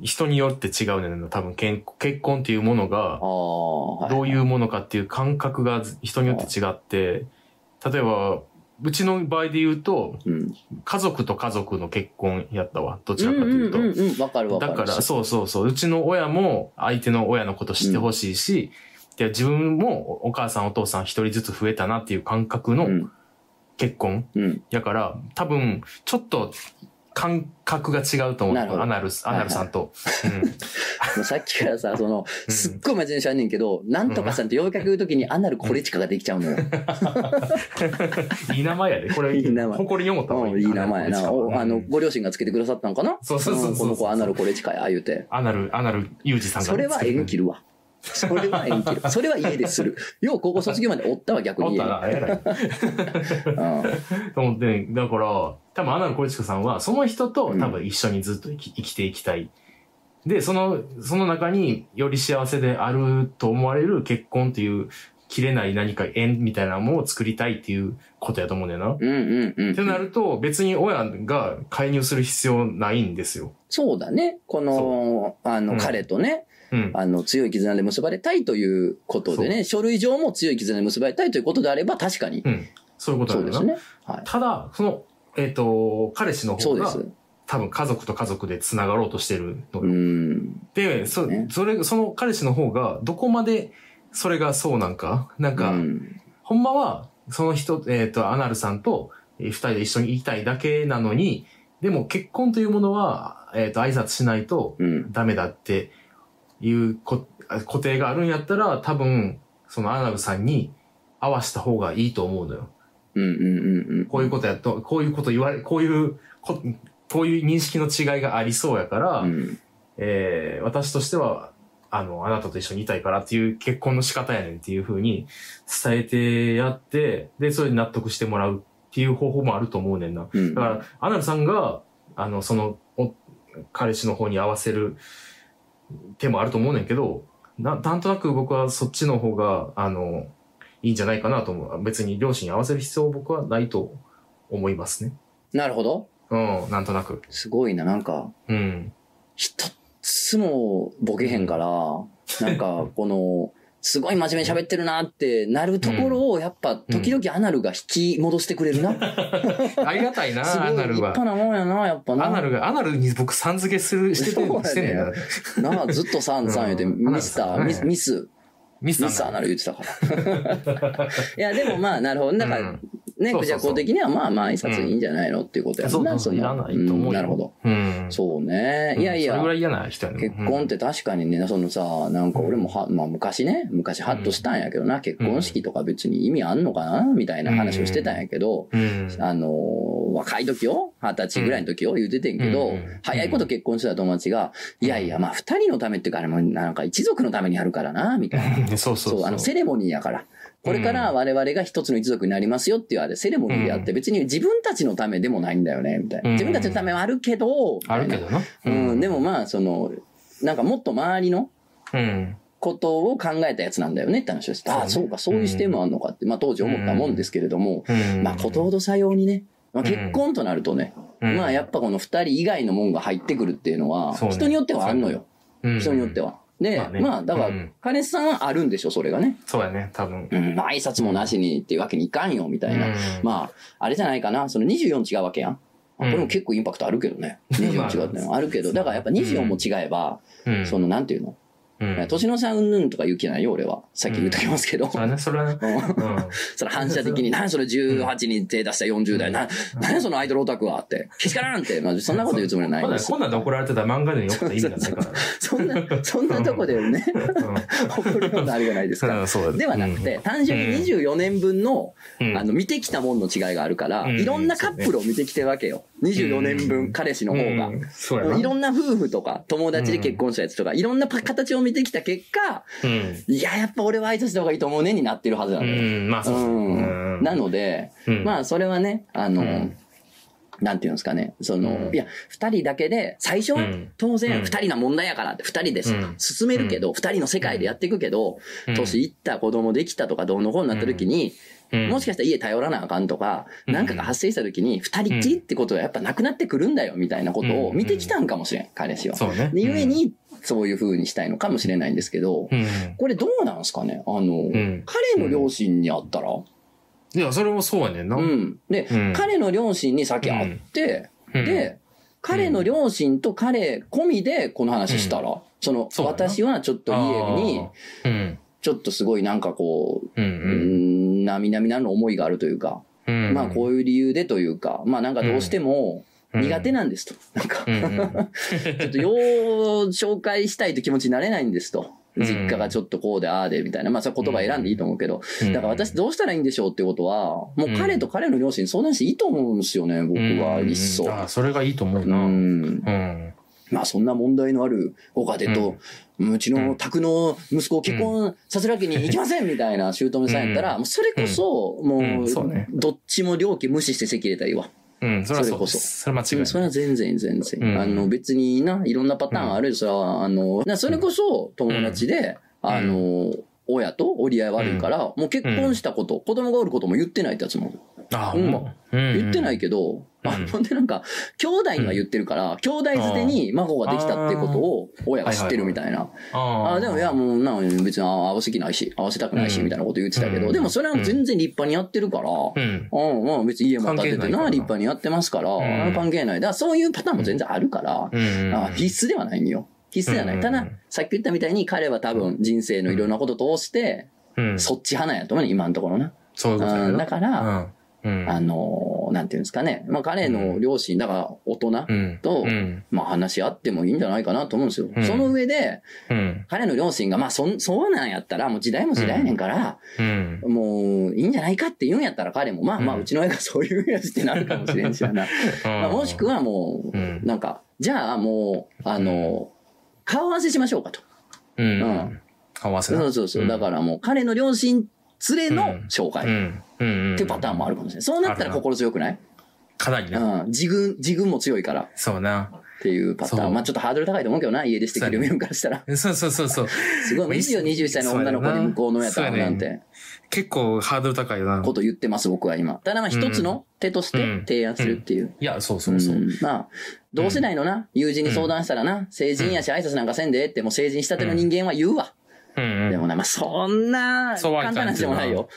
B: 人によって違うねんな。多分、けん結婚っていうものが
A: あ、あ、はい。
B: どういうものかっていう感覚が人によって違って、例えば、うちの場合で言うと、
A: うん。
B: 家族と家族の結婚やったわ。どち
A: う
B: らか
A: ん
B: というと。
A: うんうんうん。わかるわか
B: だ
A: る。
B: から、そうそうそう。うちの親も相手の親のこと知ってほしいし、で自分もおお母さんお父さん一人ずつ増えたなっていう感覚
A: う
B: の
A: ん。
B: 結婚。
A: うん。
B: やから、多分、ちょっと感覚が違うと思
A: なるほ
B: う。
A: ど
B: アナルス、アナルさんと。
A: もうさっきからさ、その、
B: うん
A: すっごい真面目にしゃんねんけど、なんとかさんってようやく言うときに、アナルコレチカができちゃうのよ。
B: うんいい名前やで。こ
A: *laughs*
B: れ、
A: いい名前
B: 誇りに思った方が
A: うん、いい名前やな。おあの、
B: うん
A: ご両親がつけてくださったのかな
B: そうそうそうそうん
A: この子アナルコレチカや、言うて。
B: アナル、アナル、ユージさんが。
A: それは縁切るわ。それは縁切
B: *laughs*
A: る。それは家でする。よう高校卒業までおったわ、逆
B: お
A: に
B: っ
A: 家
B: た
A: に。
B: な、偉い。
A: うん
B: と思って、だから、多分アナルコレチコさんは、その人と多分一緒にずっと生き生きていきたい。で、その、その中により幸せであると思われる結婚という、切れない何か縁みたいなものを作りたいっていうことやと思うんだよな。っ
A: うんうん
B: て
A: うん。
B: なると、別に親が介入する必要ないんですよ。
A: そうだね。この、あ
B: う
A: の、
B: ん
A: 彼とね、
B: うん。
A: あの、強い絆で結ばれたいということでね、書類上も強い絆で結ばれたいということであれば、確かに。
B: うん。そういうこと
A: そ
B: な
A: うん
B: だ
A: で
B: よ
A: す
B: な。
A: ね。はい。
B: ただ、その、えっ、と、彼氏の
A: そ
B: 方
A: うで
B: が、
A: す。
B: 多分家族と家族で繋がろうとしてるのよ
A: うん。
B: で、そ
A: ね
B: それ、その彼氏の方が、どこまでそれがそうなんか、なんか、
A: うん
B: ほんまは、その人、えっ、と、アナルさんと、えー二人で一緒にいたいだけなのに、でも結婚というものは、えっ、と、挨拶しないと
A: うん。
B: ダメだっていうこあ固定があるんやったら、多分、そのアナルさんに合わせた方がいいと思うのよ。
A: うんうんうんうん。
B: こういうことやと、こういうこと言われ、こういうこ、こういう認識の違いがありそうやから、
A: うん
B: えー私としては、あの、あなたと一緒にいたいからっていう結婚の仕方やねんっていう風に伝えてやって、で、それに納得してもらうっていう方法もあると思うねんな。
A: うん
B: だから、アナルさんが、あの、その、お彼氏の方に合わせる手もあると思うねんけど、ななんとなく僕はそっちの方が、あの、いいんじゃないかなと思う。別に両親に合わせる必要は僕はないと思いますね。
A: なるほど。
B: うん、なんとなく。
A: すごいな、なんか、
B: うん。
A: 一つもボケへんから、なんか、この、すごい真面目に喋ってるなってなるところを、やっぱ、時々アナルが引き戻してくれるな。
B: *laughs* *laughs* ありがたいな、
A: すごい
B: アナ
A: 立
B: ルは
A: 派。なもんやな、やっぱな。
B: アナルが、アナルに僕さん付けする、してて、
A: そうやね
B: してんねんな。
A: なあ、ずっとさんさん言うて、
B: うん
A: ミスタ
B: アナ
A: ー、
B: ル
A: ミ
B: さ
A: ス
B: んね
A: ミス、
B: ミス *laughs*
A: ミスターなる言ってたから。いや、でもまあ、なるほど。なんか、
B: うん
A: ね、
B: そうそうそう
A: クジャコ的には、まあまあ、挨拶いいんじゃないのっていうことやもんな、
B: そうそうそ
A: の
B: ういらないと思うよ
A: んなるほど。
B: うん。
A: そうね。
B: うん
A: いやいや
B: それ、ぐらい嫌な人やね。
A: 結婚って確かにね、そのさ、なんか俺もは、まあ昔ね、昔ハッとしたんやけどな、結婚式とか別に意味あんのかなみたいな話をしてたんやけど、
B: うん、うん。
A: あのー若い時よ二十歳ぐらいの時よ言うててんけど、
B: うん
A: 早いこと結婚してた友達が、いやいや、まあ二人のためっていうか、あれもなんか一族のためにやるからな、みたいな。
B: そうそう
A: *laughs* そう
B: そう。
A: あの、セレモニーやから。これから我々が一つの一族になりますよっていうあれ、セレモニーであって、別に自分たちのためでもないんだよね、みたいな。
B: うん
A: 自分たちのためはあるけど、
B: あるけどな。
A: みたいな。うん、でもまあ、その、なんかもっと周りの
B: うん。
A: ことを考えたやつなんだよねって話をして、ああ、
B: そ
A: そううか、そういう視点もあるのかって、まあ当時思ったもんですけれども、
B: うん。
A: まあことほどさようにね、まあ、結婚となるとね、
B: うん
A: まあやっぱこの二人以外のもんが入ってくるっていうのは、
B: そうね
A: 人によってはあるのよ。
B: うん
A: 人によっては。で、
B: まあね
A: まあだから
B: うん、
A: 金さんはあるんでしょ、それがね。
B: そうやね、多分。
A: うん、挨拶もなしにっていうわけにいかんよ、みたいな。
B: うん
A: まあ、あれじゃないかな、その24違うわけやん。あこ
B: うん
A: れも結構インパクトあるけどね。
B: まあ
A: 24違うってのはあるけど、だからやっぱ24も違えば、
B: うん。
A: その、なんていうの、
B: うん。
A: 年の差うんぬんとか言う気ないよ、俺は。さっき言っときますけど。
B: そうやね、それはね。う
A: *laughs* その反射
B: *laughs*
A: 的に、何それ18に手出した40代、 *laughs* な、何そのアイドルオタクはって、けしからんって、まあ、そんなこと言うつもりはない
B: *laughs* ん。
A: です
B: こ。んなんで怒られてたら漫画でよかったら意味がないからね。
A: そんな、
B: *laughs*
A: そんなとこでね、怒るようなあれじゃないです
B: う
A: か。
B: ん、そうやね
A: ではなくて、、単純に24年分の、
B: うん
A: あの、見てきたもんの違いがあるから、
B: うん
A: いろんなカップルを見てきてるわけよ。24年
B: う
A: 分、
B: ん
A: 彼氏の方が。
B: うんそうやな。
A: いろんな夫婦とか、友達で結婚したやつとか、いろんなパ形を見てきた結果、
B: うん。
A: いや、やっぱ俺は挨拶した方がいいと思うねになってるはずな
B: う
A: のよ。
B: ん、まあ
A: う
B: そう。
A: ん。なので、
B: うん
A: まあ、それはね、あの、
B: うん
A: なんていうんですかね、その、
B: うん
A: いや、二人だけで、最初は
B: うん
A: 当
B: う
A: 然
B: ん
A: 二人の問題やからって、二人です
B: うん
A: 進めるけど、二人の世界でやっていくけど、
B: うん
A: 年いった子供できたとかどうのこうになった時に、
B: うん
A: もしかしたら家頼らなあかんとか、
B: うん
A: なんかが発生した時に、二人っきりってことはやっぱなくなってくるんだよ、みたいなことを見てきたんかもしれん、彼氏は。
B: そうね。
A: で、ゆえに、そういう風にしたいのかもしれないんですけど、
B: うん、
A: これどうなんですかねあの、
B: うん。うん。
A: 彼の両親に会ったら、
B: いや、それもそうやねんな。
A: うん。で、
B: うん
A: 彼の両親に先会って、
B: うん
A: で、彼の両親と彼込みでこの話したら、その、
B: そうだな
A: 私はちょっと家に、
B: あー、うん。
A: ちょっとすごいなんかこう、う
B: う
A: ー
B: ん。
A: ん、なみなみなの思いがあるというか、
B: うん。
A: まあこういう理由でというか、まあなんかどうしても
B: うん
A: 苦手なんですと。なんか、
B: うんうん。
A: ちょっとよう紹介したいという気持ちになれないんですと。
B: うん
A: 実家がちょっとこうでああでみたいな。まあそれは言葉選んでいいと思うけど。
B: うん
A: だから私どうしたらいいんでしょうってことは、もう彼と彼の両親に相談していいと思うんですよね、僕は一層
B: うん。ああ、それがいいと思う
A: う
B: な。うん。
A: ん。まあそんな問題のあるご家庭と、うちの宅の息子を結婚させるわけにいきませんみたいな姑さんやったら、
B: うん
A: もうそれこそ、もう、
B: うんそうね
A: どっちも料金無視して席入れたらいいわ。
B: うん。それはそうです。それは間違い
A: そ
B: ない。
A: れは全然全然。
B: うん
A: あの別にな、いろんなパターンあるよ。それは、あの、なそれこそ友達で、
B: ん
A: あの、親と折り合い悪いから、もう結婚したこと、子供がおることも言ってないってやつも。
B: ああ、ほんま。
A: 言
B: 言
A: ってないけど、あ
B: うん
A: ほんでなんか、兄弟には言ってるから、兄弟捨てに孫ができたってことを親が知ってるみたいな。
B: あ
A: あでもいや、もうな別に合わせきないし、合わせたくないし、
B: うん
A: みたいなこと言ってたけど、
B: うん
A: でもそれは全然立派にやってるから、
B: うん。
A: うんうん、別に家も建て
B: 関係な
A: てな、
B: いからな
A: 立派にやってますから、
B: ん
A: 関係ない。だからそういうパターンも全然あるから、
B: うん。
A: あ必須ではないんよ。必須ではな
B: う
A: い。
B: ん
A: ただ、さっき言ったみたいに彼は多分人生のいろんなことを通して、
B: うん。
A: そっち派なんやと思うね、今のところな。
B: そういうことや
A: うん
B: な
A: だから、
B: うん。うん
A: あのー、なんていうんですかね。まあ彼の両親、だから大人
B: うん。
A: と、
B: うん。
A: まあ話し合ってもいいんじゃないかなと思うんですよ。
B: うん
A: その上で、
B: うん。
A: 彼の両親が、まあそん、そうなんやったら、もう時代も時代やねんから、
B: うん。
A: もういいんじゃないかって言うんやったら彼も、まあまあ、
B: うん
A: うちの親がそういうやつってなるかもしれんしや
B: *laughs*
A: な。まあ、もしく
B: は、
A: はも
B: う
A: う、
B: ん
A: なんか、じゃあもう、あの、顔合わせしましょうかと。
B: うん。合わせ
A: そ
B: な
A: うそうそうう。
B: ん
A: だからもう彼の両親連れの
B: うん
A: 紹介
B: う
A: っ
B: ん。うん。
A: ていうパターンもあるかもしれない。そうなったら心強くない
B: かなりな。
A: うん。自軍、自軍も強いからっ
B: そうな。
A: ていうパター
B: そう
A: ン。まあちょっとハードル高いと思うけどな、家出してくれる見るからしたら。
B: *laughs* そうそうそうそう。
A: すごい、もういいよ、20歳の女の子で向こうの親と会うなん
B: そう
A: て
B: 結構ハードル高いよな。
A: こと言ってます、僕は今。ただまあ一つの手として提案するっていう。
B: いや、そうそうそう。
A: んまあ、同世代のな、友人に相談したらな、成人やし挨拶なんかせんでええって、もう成人したての人間は言うわ。
B: うん
A: で。もな、まあそんな、
B: そうは
A: 簡
B: いか
A: 単な
B: ん
A: 話でもないよ。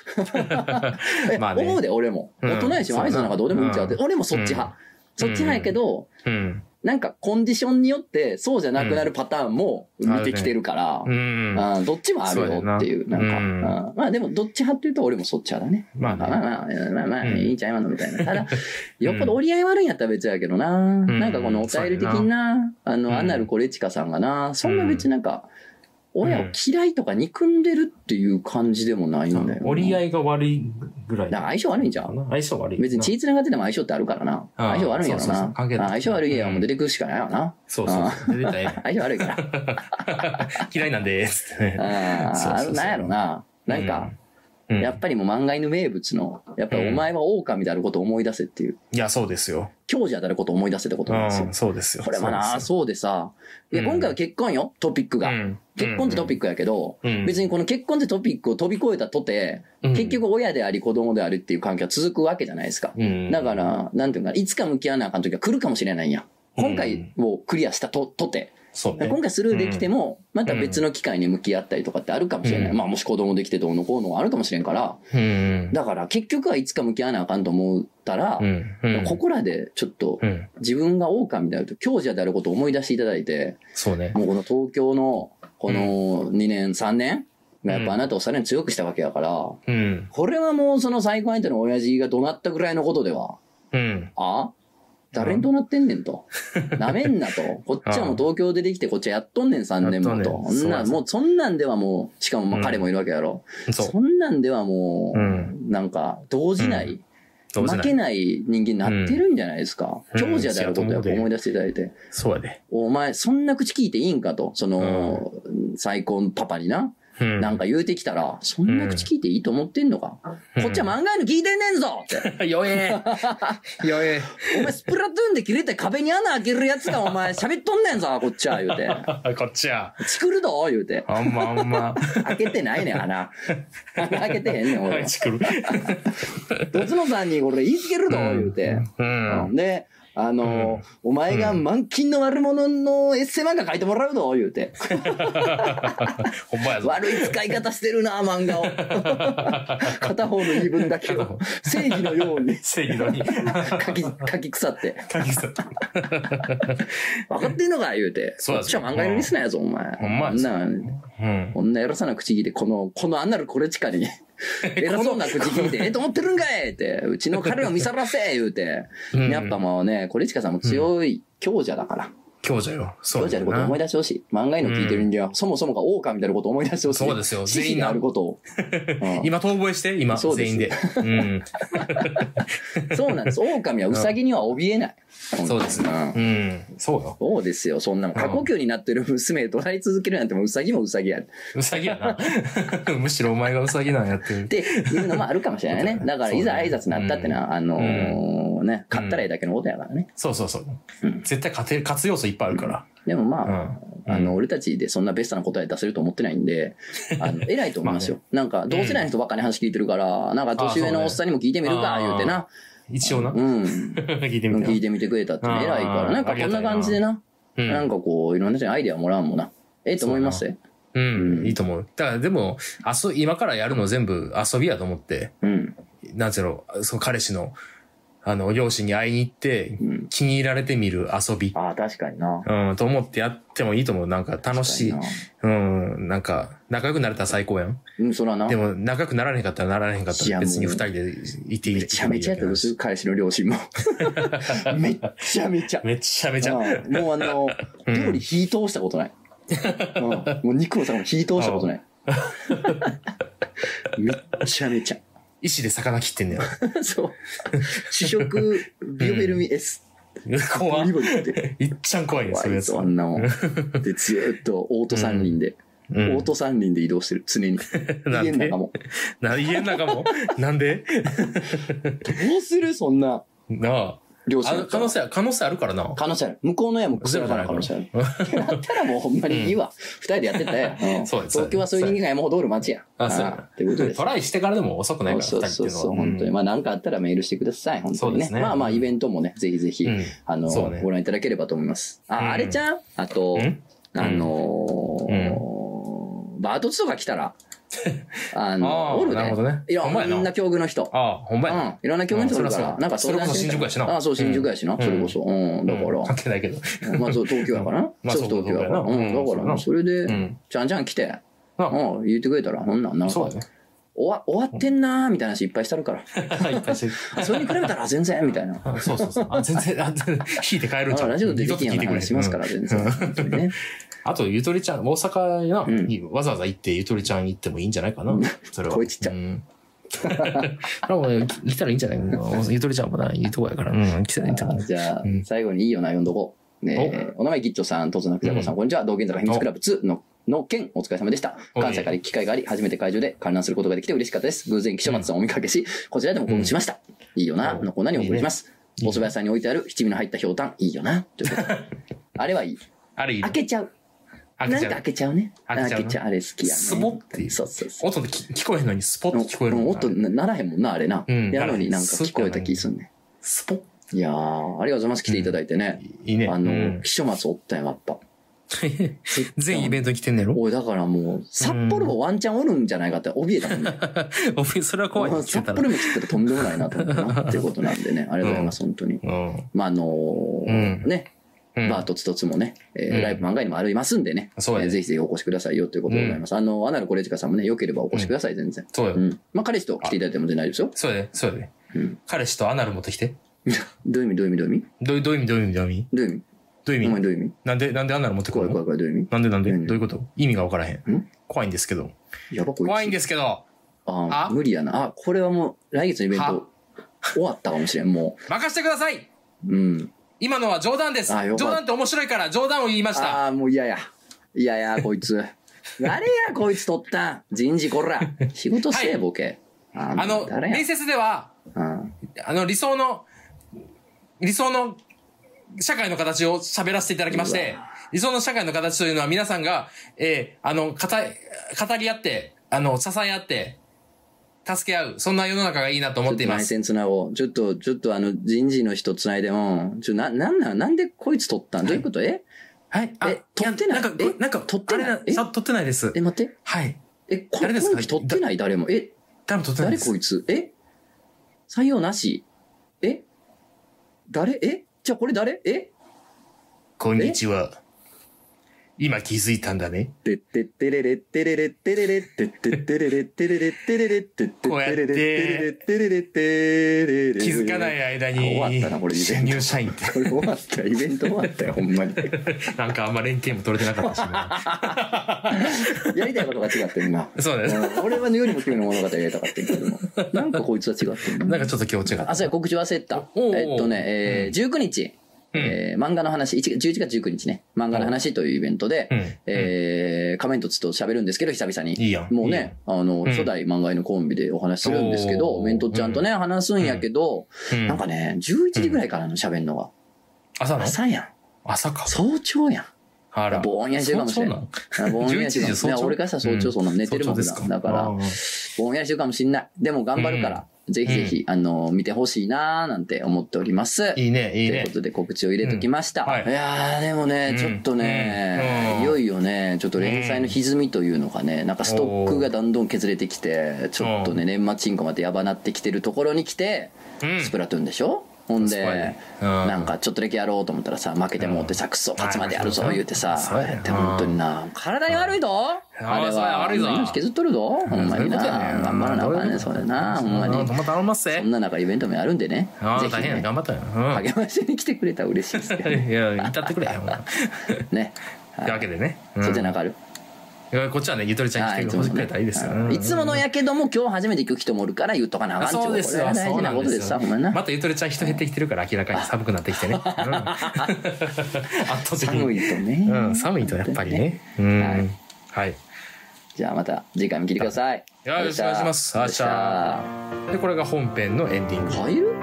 A: *laughs* え
B: まあね
A: 思うで、俺も。
B: うん
A: 大人やし、挨拶なんかどうでもいいんちゃうって。
B: うん
A: 俺もそっち派。そっち派やけど、
B: うん。
A: なんかコンディションによってそうじゃなくなるパターンも見てきてるから、
B: うん。
A: あーどっちもあるよっていう、
B: そ
A: な
B: うんや
A: か、
B: なうん
A: あーまあでもどっち派っていうと俺もそっち派だね。
B: まあ
A: まあまあ
B: ね。
A: まあ、まあまあ、
B: うん
A: いいんちゃいまのみたいな。
B: *laughs*
A: ただ、よっぽど折り合い悪いんやったら別やけどな。なんかこのお便り的
B: そうや
A: な、あ
B: うん
A: の、アナルコレチカさんがな、そんな別になんか、親を嫌いとか憎んでるっていう感じでもないんだよな。
B: 折り合
A: い。
B: いが悪いぐらい。
A: なんか相性悪いんじゃ
B: か
A: ん
B: な相性悪い。
A: 別に血繋がってても相性ってあるからな。
B: ああ
A: 相性悪いんやろ
B: そうそうそう
A: な。あ
B: 関係ない
A: 相性悪いやんもう出てくるしかないわな。
B: そうそうそう。出てたらええね
A: 相性悪い
B: *laughs*
A: から。
B: ん嫌いなんでーすってね。
A: あ
B: そうそうそ
A: あ、
B: う
A: なんやろな。 *laughs* なんか、
B: うん、うん
A: やっぱりもう漫画犬名物の、やっぱりお前は狼であることを思い出せっていう、
B: いや、そうですよ。
A: 強者であることを思い出せってこと
B: う
A: なんですよ
B: ん、。そうですよ。
A: これはな、そうでさ、いや
B: うん
A: 今回は結婚よ、トピックが。結婚ってトピ
B: ッ
A: ックやけど、
B: ク
A: 別にこの結婚ってトピックを飛び越えたとて、結、局親であり子供であるっていう関係は続くわけじゃないですか。
B: うん
A: だか、ら、なんていうかな、いつか向き合わなあかん時が来るかもしれないんや。
B: うん
A: 今回をクリアしたと、とて。
B: そうね。
A: 今回スルーできても、また別の機会に向き合ったりとかってあるかもしれない。
B: うん
A: まあもし子供できてどうのこうのあるかもしれんから、
B: うん。
A: だから結局はいつか向き合わなあかんと思ったら
B: う、ん。うん
A: ここらでちょっと
B: うん。
A: 自分が狼であると強者であることを思い出していただいて、
B: そうね。
A: もうこの東京のこの2年3年がやっぱあなたをさらに強くしたわけやから、
B: うん。
A: これはもうその最高相手の親父が怒鳴ったぐらいのことでは、
B: うん。
A: あ誰に怒鳴ってんねんと。なめんなと。 *laughs* こっちはもう東京出てきてこっちはやっとんねん3年も
B: やっ
A: と
B: とん。ねん
A: そんな、
B: そうんそう
A: もうそんなんではもう、しかもまあ彼もいるわけやろ。
B: そう。
A: そんなんではもう、
B: うん
A: なんか、動じない。
B: どうせ
A: 負
B: な
A: け
B: い。
A: ない人間になってるんじゃないですか。
B: うん
A: 強者であることをやっぱ思い出していただいて。
B: そうやで。
A: お前、そんな口聞いていいんかと、その、再婚パパにな、
B: うん
A: なんか言うてきたら、そんな口聞いていいと思ってんのか、こっちは漫画の聞いてんねんぞって。
B: うん、
A: *laughs*
B: よえ。よえ。 *laughs*
A: お前、スプラトゥーンで切れて壁に穴開けるやつが、お前、喋っとんねんぞ、こっちは、言うて。
B: こっちは。
A: 作るど言うて。
B: あんまあん *laughs* ま。
A: 開けてないねん、穴。穴開けてへんねん、俺。
B: ちく
A: *laughs*
B: る。
A: どつのさんに、俺、言いつけるど言うて。
B: うん。
A: で、あの、お前が満金の悪者のエッセイ漫画書いてもらうど言う
B: *laughs*
A: て。
B: ほんまやぞ。
A: 悪い使い方してるな、漫
B: *laughs*
A: 画を。片方の言い分だけを、正義のよう
B: *laughs*
A: に
B: 正義のに。
A: 書き、書き腐って。
B: 鍵さん。
A: 分かってんのか言うて。
B: そ
A: こ
B: うだ
A: っ
B: ぞ
A: ちは漫画のリスナーやぞ、お前。
B: ほんまや
A: こん
B: ぞ
A: な、
B: うん。
A: こんな偉そうな口聞いて、この、このあんなるこれちか
B: *laughs*
A: に。偉そうな口聞いて、え、と思ってるんかいって、うちの彼を見さらせ言うて。
B: うん
A: やっぱもうね、これちかさんも強い強者だから。
B: 強者よ。そう
A: 強者の
B: だよ
A: ことを
B: な
A: 思い出してほしい。漫画への聞いてるんだよ。そもそもが狼みたいなことを思い出してほしい。
B: そうですよ
A: 全員
B: 全員
A: の
B: な
A: あることを。うん
B: 今、遠吠えして、今、
A: そうです
B: 全員で。うん。
A: そうなんです。狼はウサギには怯えない。
B: そうです
A: ね。うん
B: うん。そうよ。
A: そうですよ、そんなの。過呼吸になってる娘を捉え続けるなんてもうウサギもウサギや。っ
B: うさぎやな。 *laughs* むしろお前がうさぎなんやってる。
A: ていうのもあるかもしれない
B: *laughs*
A: ね。だから、いざ挨拶なったってのは、あのーね、買ったらええだけのことやからね。
B: そうそうそう
A: うん。
B: 絶対勝てる、勝つ要素いっぱいあるから。
A: でも
B: う
A: まあ、
B: ん。
A: あの、俺たちでそんなベストな答え出せると思ってないん
B: *laughs*
A: で、あの、偉いと思いますよ。なんか、同世代の人ばっかり話聞いてるから、なんか年上のおっさんにも聞いてみるか、
B: あそうね
A: 言うてな。
B: 一応な。
A: うん。
B: *laughs* 聞いてみた
A: 聞いてみてくれたって偉いから、
B: あー
A: なんかこんな感じでな、
B: う
A: なん
B: ん。
A: かこう、いろんな人にアイデアもらうもんな。ええと思いますよ。
B: うん。いいと思う。だからでも、遊今からやるの全部遊びやと思って、
A: うん。
B: なんていうの、その彼氏の、あの、両親に会いに行って
A: うん、
B: 気に入られてみる遊び。
A: ああ、確かにな。
B: うん、と思ってやってもいいと思う。なんか楽しい
A: 確。か
B: うん、なんか、仲良くなれたら最高やん。
A: になうん、そらな。
B: でも、仲良くなられへんかったらなられへんかった
A: いや
B: ら
A: もう
B: 別に二人でいていい
A: めちゃめちゃやったとする、彼氏の両親も。 *laughs* めっちゃめちゃ。
B: めちゃめちゃ。
A: うんもうあの、
B: うん
A: 料理火通したことない。うんもう肉も魚も火通したこと *laughs* ない。めっちゃめ *laughs* ちゃ。
B: 意志で魚切ってんねや。
A: そう。主食、ビオフェルミ S。
B: 怖
A: ゴ
B: っ
A: リゴリって。
B: いっちゃん怖いね、
A: 怖
B: そういう
A: い
B: やつ
A: ぞ、あ
B: は。
A: んな
B: *laughs*
A: もん。で、ずーっと、オート三輪で、オ
B: うん
A: ート三輪で移動してる、常に。
B: *laughs* なん
A: 家の
B: で
A: 中も。
B: な家の中も *laughs* なんで
A: どうするそんな、
B: なあ。
A: 両
B: あ
A: 親
B: の可能性、可能性あるからな。
A: 可能性ある。向こうの親もクソ野郎な可能性ある。って *laughs* なったらもうほんまにいいわ。二、人でやってたや。うん
B: *laughs* そうです
A: 東京はそういう人間が山ほどおる街や。
B: あそう
A: ん
B: や
A: ってことです
B: ト。ライしてからでも遅くないから、
A: そう
B: 二人
A: そ
B: っ
A: う
B: ていう
A: そう、
B: のは。
A: 本当に。まあ何かあったらメールしてください、本当に
B: そう
A: ね。
B: ですね
A: まあまあイベントもね、ぜひぜひ、
B: うん
A: あの、
B: そうね
A: ご覧いただければと思います。あ、
B: うん
A: あれちゃんあと
B: ん、 *laughs*
A: あのーバートツとか来たら、あ
B: ああ、
A: の、おる
B: な
A: ね
B: るほ。どね。
A: いろ
B: ほんまや
A: ん
B: な
A: な。境遇の人。
B: ああ、ほんま
A: う
B: やな。
A: ん。いろんな境遇の人おるから、
B: うん
A: なんか相談して
B: それこそ新宿やしな
A: ああ、そう、新宿やしな。
B: うん
A: それこそ。うん。だから。
B: *laughs* 関係ないけど。。
A: まあそう、東京やからな
B: まあ
A: そう、
B: *laughs* そう
A: 東京やから。
B: そう
A: う、
B: やなん
A: だか
B: う
A: ら、
B: ん
A: それ
B: う
A: で、
B: ん。
A: ちゃんちゃん来て、
B: あ
A: うん、言ってくれたら、ほんなん、なんか、
B: そう
A: 終
B: だね。
A: わ終わってんなーみたいな話いっ *laughs* ぱいしたるから。
B: いっぱいしてる。
A: あそれに比べたら全然、みたいな。
B: あそうそうそう。あ、全然、あ、全然引いて帰るんちゃ
A: あ
B: う。。
A: ラジオでできんような話しますからら、全然。本当にね。
B: あと、ゆとりちゃん、大阪な、
A: うん
B: にわざわざ行って、ゆとりちゃん行ってもいいんじゃないかな
A: うん。
B: それは。
A: 声ちっちゃい
B: うん。 *laughs* でも、来たらいいんじゃない
A: *laughs*
B: うんゆとりちゃんもな、いいとこやから。うん、来たらいいんじゃない
A: あじゃあ
B: うん、
A: 最後にいいよな、読んどこう。ねお名前、ギッチョさん、とつなくじゃこさん、こんにちは。道玄坂秘密クラブ2の、の件、お疲れ様でした。
B: おい
A: 関西から行く機会があり、初めて会場で観覧することができて嬉しかったです。偶然、気象松さんをお見かけし、こちらでも興奮しました。いいよな、
B: お
A: のコーナーにお送りします。
B: いいね
A: お蕎麦屋さんに置いてある七味の入ったひょうたん、いいよ
B: *laughs*
A: な、ということであれはいい。
B: あれいい
A: 開
B: ね。
A: けちゃう。
B: 開
A: な
B: け
A: ん
B: ち
A: か
B: ゃう
A: 開。けちゃうね。
B: 開けちゃうな
A: 開けちゃう。あれ好きやね。
B: スポッていう
A: そうそうそう。
B: 音でき聞こえへんのに、スポッと聞こえる
A: うん
B: もんな
A: 音なならへんもんな、あれな。
B: うん
A: やのになんか
B: ならへん
A: 聞こえた気すんね。
B: スポッ
A: いやー、ありがとうございます。来ていただいてね。
B: いいね。
A: あ
B: う
A: の、
B: ん
A: 秘書松おったんや、やっぱ。
B: *laughs* 全イベントに来てんねやろ
A: おい、だからもう、札幌ワンチャンおるんじゃないかって怯えたもんね。
B: お前それ *laughs* は怖い
A: も
B: ね。
A: う
B: 来て
A: 札
B: た
A: 幌
B: ら。
A: も切ったらとんでもないなと思ったな、っていうことなん
B: *laughs*
A: でね。ありがとうございます、本当に。
B: うん。
A: まあ、あのー
B: うん
A: ね、
B: うん
A: バートツトツもね、えー
B: うん
A: ライブ漫画にもありますんでね、
B: そうや
A: え
B: ね
A: ーぜひぜひお越しくださいよということでございます。あの、アナルコレジカさんもね、良ければお越しください、全然。
B: そうよ
A: う。ん。まあ、彼氏と来ていただいても全然大丈夫で
B: そうやね。そうやね。
A: すよ。うん。
B: 彼氏とアナル持ってきて。
A: どういう意味、どういう意味、どういう意味
B: どういうどういう意味どういう意味どういう意味
A: どういう意
B: どういう
A: 味
B: 意
A: お前
B: 味
A: どういう意味
B: なんで、なんでアナル持ってく
A: 怖
B: る
A: い怖い
B: の
A: 怖い、どういう意味
B: なんでなんでど
A: うん
B: ういうこと意味がわからへん
A: ん。
B: 怖いんですけど。
A: やばこいつ。
B: 怖いんですけど、
A: あ
B: あ
A: 無理やな。あ、これはもう来月のイベン
B: は
A: ト終わったかもしれん、も。
B: 任してくださいう
A: うん。
B: 今のは冗談です。
A: あ
B: 冗
A: よかった
B: 談って面白いから冗談を言いました。
A: ああ、もう嫌や。嫌や、こい
B: *laughs*
A: つ。誰や、こいつ取ったん。人事こら。仕事せ
B: は
A: え、
B: い
A: ボケ。あ
B: あの、
A: 誰や
B: 面接では、
A: うん
B: あの、理想の、理想の社会の形を喋らせていただきまして
A: う、
B: 理想の社会の形というのは皆さんが、えーあの、語、語り合って、あの、支え合って、助け合う、そんな世の中がいいなと
A: ちょ
B: 思
A: っ
B: って
A: と
B: いま
A: 内
B: す。
A: 戦つなごう。ちょっと、ちょっとあの、人事の人つないでも、ちょ、な、なんなん、なんでこいつ取ったんどういうことえ
B: はい。あ
A: え撮ってない
B: やなんか、
A: え
B: なんか、
A: 撮ってない
B: あれ
A: え
B: さ撮ってないです
A: え、。待って。
B: はい。
A: え、こ
B: 誰ですか
A: 今期取ってない誰も。え、
B: 誰も撮ってな
A: 誰
B: いです。
A: こいつえ採用なしえ誰えじゃあこれ誰え
B: こんにちは。今気づいたんだね。
A: てってってれれってれれってれれってってってれれってれれってれれってってってれれってれれってれれ
B: 気づかない間に、
A: あ終わったなこれイベ
B: 新
A: ント
B: 入社員って。
A: これ終わったイベント終わったよほんまに
B: なんかあんま連携も取れてなかったし
A: *laughs*
B: な。
A: やりたいことが違ってんな
B: そうだね。
A: 俺はよりも君の物語やりたかったんやけどもなんかこいつは違ってんな
B: なんかちょっと今日違った
A: あ、。そうや、告知忘れた。
B: おお
A: えっとね、えー19日、
B: うん
A: えー漫画の話、1 11月19日ね、漫画の話というイベントで、
B: うん
A: えー、仮面凸と喋るんですけど、久々に。
B: いいやん
A: もうね、あの、初代漫画家のコンビでお話しするんですけ
B: お
A: ど、
B: ー
A: メントっちゃんとね、話すんやけど、
B: うん
A: なんかね、11時ぐらいからの喋るのが、
B: 朝の
A: 朝やん。
B: 朝か。
A: 早朝
B: *laughs*
A: やん。
B: あら。
A: ぼんやりしてるかもしれん
B: そうなん
A: あぼんやりしてるかもしれん
B: 11時早朝
A: 俺からしたら早朝そんな寝てるもん
B: うん
A: な
B: 早朝ですか
A: だから
B: あー
A: ぼんやりしてるかもしんない。でも頑張るから、ぜひぜひ、あの、見てほしいなーなんて思っております。
B: いいね、いい
A: という
B: ね
A: こ。とで告知を入れときました。
B: うんはい
A: い、やーでもね、
B: うん
A: ちょっと
B: う
A: ね、
B: ん
A: いよいよね、ちょっと連載の歪みというのがね、なんかストックがだんだん削れてきて、ちょっとね、年末進行までやばなってきてるところに来て、
B: うん
A: スプラトゥーンでしょほん
B: そうや
A: で
B: ね、うん
A: なんかちょっとだけやろうと思ったらさ、負けてもうってさ、クソ、勝つまでやるぞ
B: はい
A: 言うてさ
B: そうやね、
A: で本当にな、体に悪いぞ
B: うん
A: あれ
B: そうや
A: は、
B: 悪いぞ
A: 命削っとるぞほんまにな、
B: そういうことやね
A: 頑張らなあかん
B: う
A: ね、
B: ん
A: それな、ほんま
B: う
A: に。
B: ま頼ますぜ
A: そん。な中イベントもやるんでね、
B: ああ、
A: ぜ
B: 大
A: ひ
B: 変や
A: ね、
B: 頑張ったよ。
A: 励ましに来てくれたら嬉しいですけど
B: う
A: ね。
B: ん。いや、
A: *laughs*
B: 至ってくれよ。
A: ね。
B: というわけでね。うん
A: そっちなんかある、
B: いやこっちはね、ゆとりちゃん
A: はいい
B: 来て
A: つ
B: ほ
A: も
B: しく
A: ね
B: れたらいいですよ。
A: はいいつものやけども今日初めて行く人もおるから言っとかなあかん
B: そうですよ
A: こ。れは大事
B: そう
A: な
B: なん
A: こと
B: で
A: です
B: す
A: さ
B: よ
A: ほんまに。な
B: またゆとりちゃん人減ってきてるから明らかに寒くなってきてね。うん *laughs* 圧倒的
A: 寒い
B: に。
A: とね、
B: うん、寒いとやっぱりね。うん
A: はい。
B: はい。
A: じゃあまた次回も聞いてください
B: いやよろしくお願いします
A: ありがとうござい
B: で、これが本編のエンディン
A: ま
B: グ
A: し。た入る、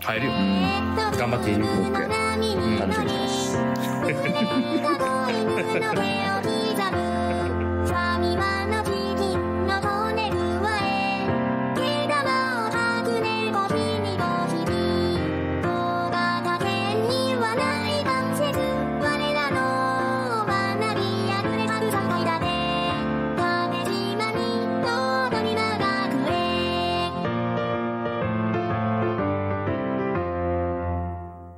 B: 入るよ
A: う。ん
B: 頑張っている。
A: 僕楽しみにしてます
C: 「